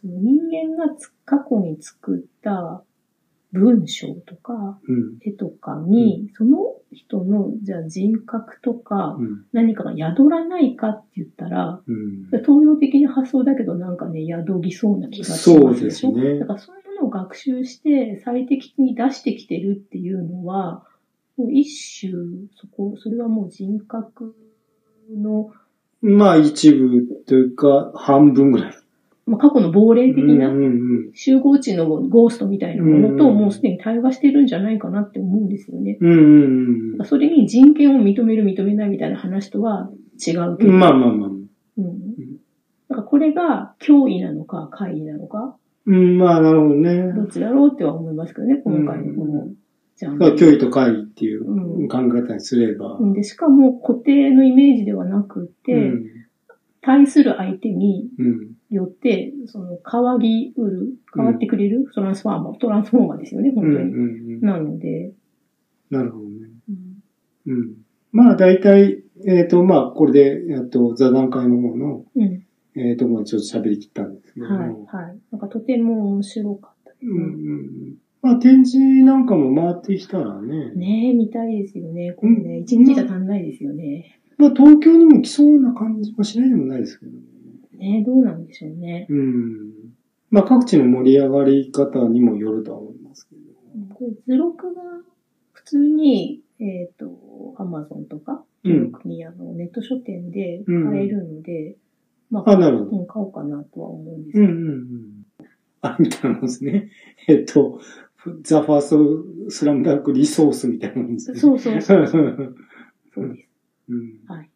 B: その人間がつ過去に作った文章とか
A: うん。
B: 絵とかに、その人の、じゃあ人格とか、
A: うん。
B: 何かが宿らないかって言ったら、 [laughs]
A: うん。
B: 東洋的な発想だけどなんかね、宿りそうな気がします
A: そうですね
B: だからそういうのを学習して最適に出してきてるっていうのは、もう一種、そこ、それはもう人格の、
A: まあ、一部というか、半分ぐらい。
B: まあ、過去の亡霊的
A: う
B: なん
A: うん
B: 集合値のゴーストみたいなものと
A: うん
B: もうすでに対話してるんじゃないかなって思うんですよね。
A: うん。うんうん
B: だからそれに人権を認める認めないみたいな話とは違うけ
A: う
B: ど。
A: ん。まあまあまあ。
B: うん。だからこれが脅威なのか、怪異なのか、
A: うん、まあ、なるほどね。
B: どっちだろうっては思いますけどね、今回のこ
A: う
B: のジャン
A: まあ、
B: ル。
A: 脅威と怪異っていううん考え方にすれば。
B: うんで、しかも固定のイメージではなくて、
A: うん。
B: 対する相手に
A: うん。
B: よって、その、変わりうる、変わってくれる、トランスファーマー、トランスフォーマーですよね、本
A: う
B: 当
A: ん
B: に。
A: うんうん
B: なので、
A: なるほどね。
B: うん
A: うん。まあ、大体、えっ、と、まあ、これで、えっと、座談会の方の、
B: うん
A: えっ、と、まあ、ちょっと喋り切ったんですけど
B: はい、
A: も。
B: はい。なんかとても面白かったです
A: う
B: ね。
A: んうんうん。まあ、展示なんかも回ってきたらね。
B: ねえ、見たいですよね。これね、一日じゃ足んないですよね。
A: まあ、東京にも来そうな感じもしないでもないですけどね。
B: ねえ、どうなんでしょうね。
A: うん。まあ、各地の盛り上がり方にもよるとは思いますけど。
B: これ図録が普通に、えっ、と、アマゾンとか、
A: う
B: 図
A: ん
B: 録にあのネット書店で買えるので、まあ、
A: あ、なるほど
B: う。ん買おうかなとは思うんで
A: う
B: すけ
A: ん
B: ど、
A: うんうん。あ、みたいなもんですね。 [laughs] えっと、ザ・ファースト・スラムダンクリソースみたいなもんです [laughs] ね。
B: そうそうそう。そうです。
A: うん
B: はい。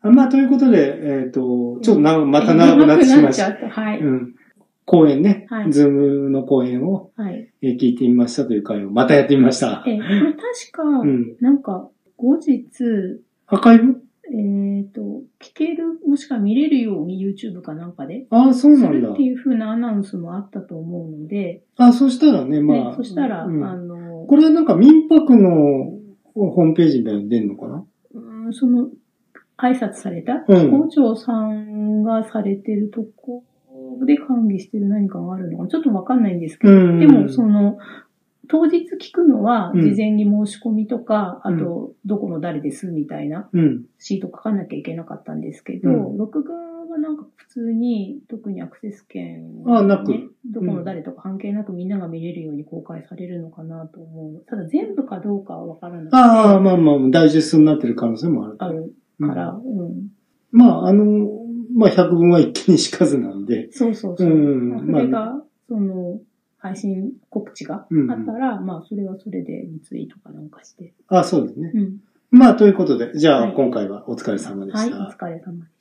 A: あまあ、ということで、えっ、と、ちょっとな、また長くなってしまいました。
B: 長くなっちゃった。はい。
A: うん。公演ね、
B: はい
A: ズームの公演を
B: はい。
A: えー聞いてみましたという回をまたやってみました
B: え。ー、これ確か、
A: うん。
B: なんか、後日、
A: アーカイブ
B: えっ、と、聞ける、もしくは見れるように YouTube かなんかで、
A: ああ、そう
B: す
A: なん
B: る
A: だ
B: って。いう風なアナウンスもあったと思うので、
A: あそしたらね、まあ。
B: ね、そしたら、
A: うん
B: あの、
A: これはなんか民泊のホームページで出るのかな
B: うーんその、挨拶された、
A: うん
B: 校長さんがされてるとこで管理してる何かがあるのか、ちょっとわかんないんですけど、
A: うん
B: でも、その、当日聞くのは、
A: うん
B: 事前に申し込みとか、
A: うん
B: あと、どこの誰ですみたいな
A: うん。
B: シート書かなきゃいけなかったんですけど、
A: うん
B: 録画はなんか普通に、特にアクセス権、
A: あなく
B: ねどこの誰とか関係なくみんなが見れるように公開されるのかなと思う。ただ全部かどうかはわからなくて。
A: ああ、まあまあ、ダイジェストになってる可能性もある。
B: ある
A: うん
B: から、うん。
A: まあ、あの、まあ、百分は一気にしかずなんで。
B: そうそう
A: う
B: そう。まあ
A: ん。
B: そ
A: ま
B: れ
A: あ、
B: が、その、配信告知が
A: うんうん
B: あったら、まあ、それはそれでリツイートかなんかして。
A: あそうですね。
B: うん。
A: まあ、ということで、じゃあ、
B: はい
A: 今回はお疲れ様で
B: はい、
A: し
B: お
A: た。
B: 疲れ様です。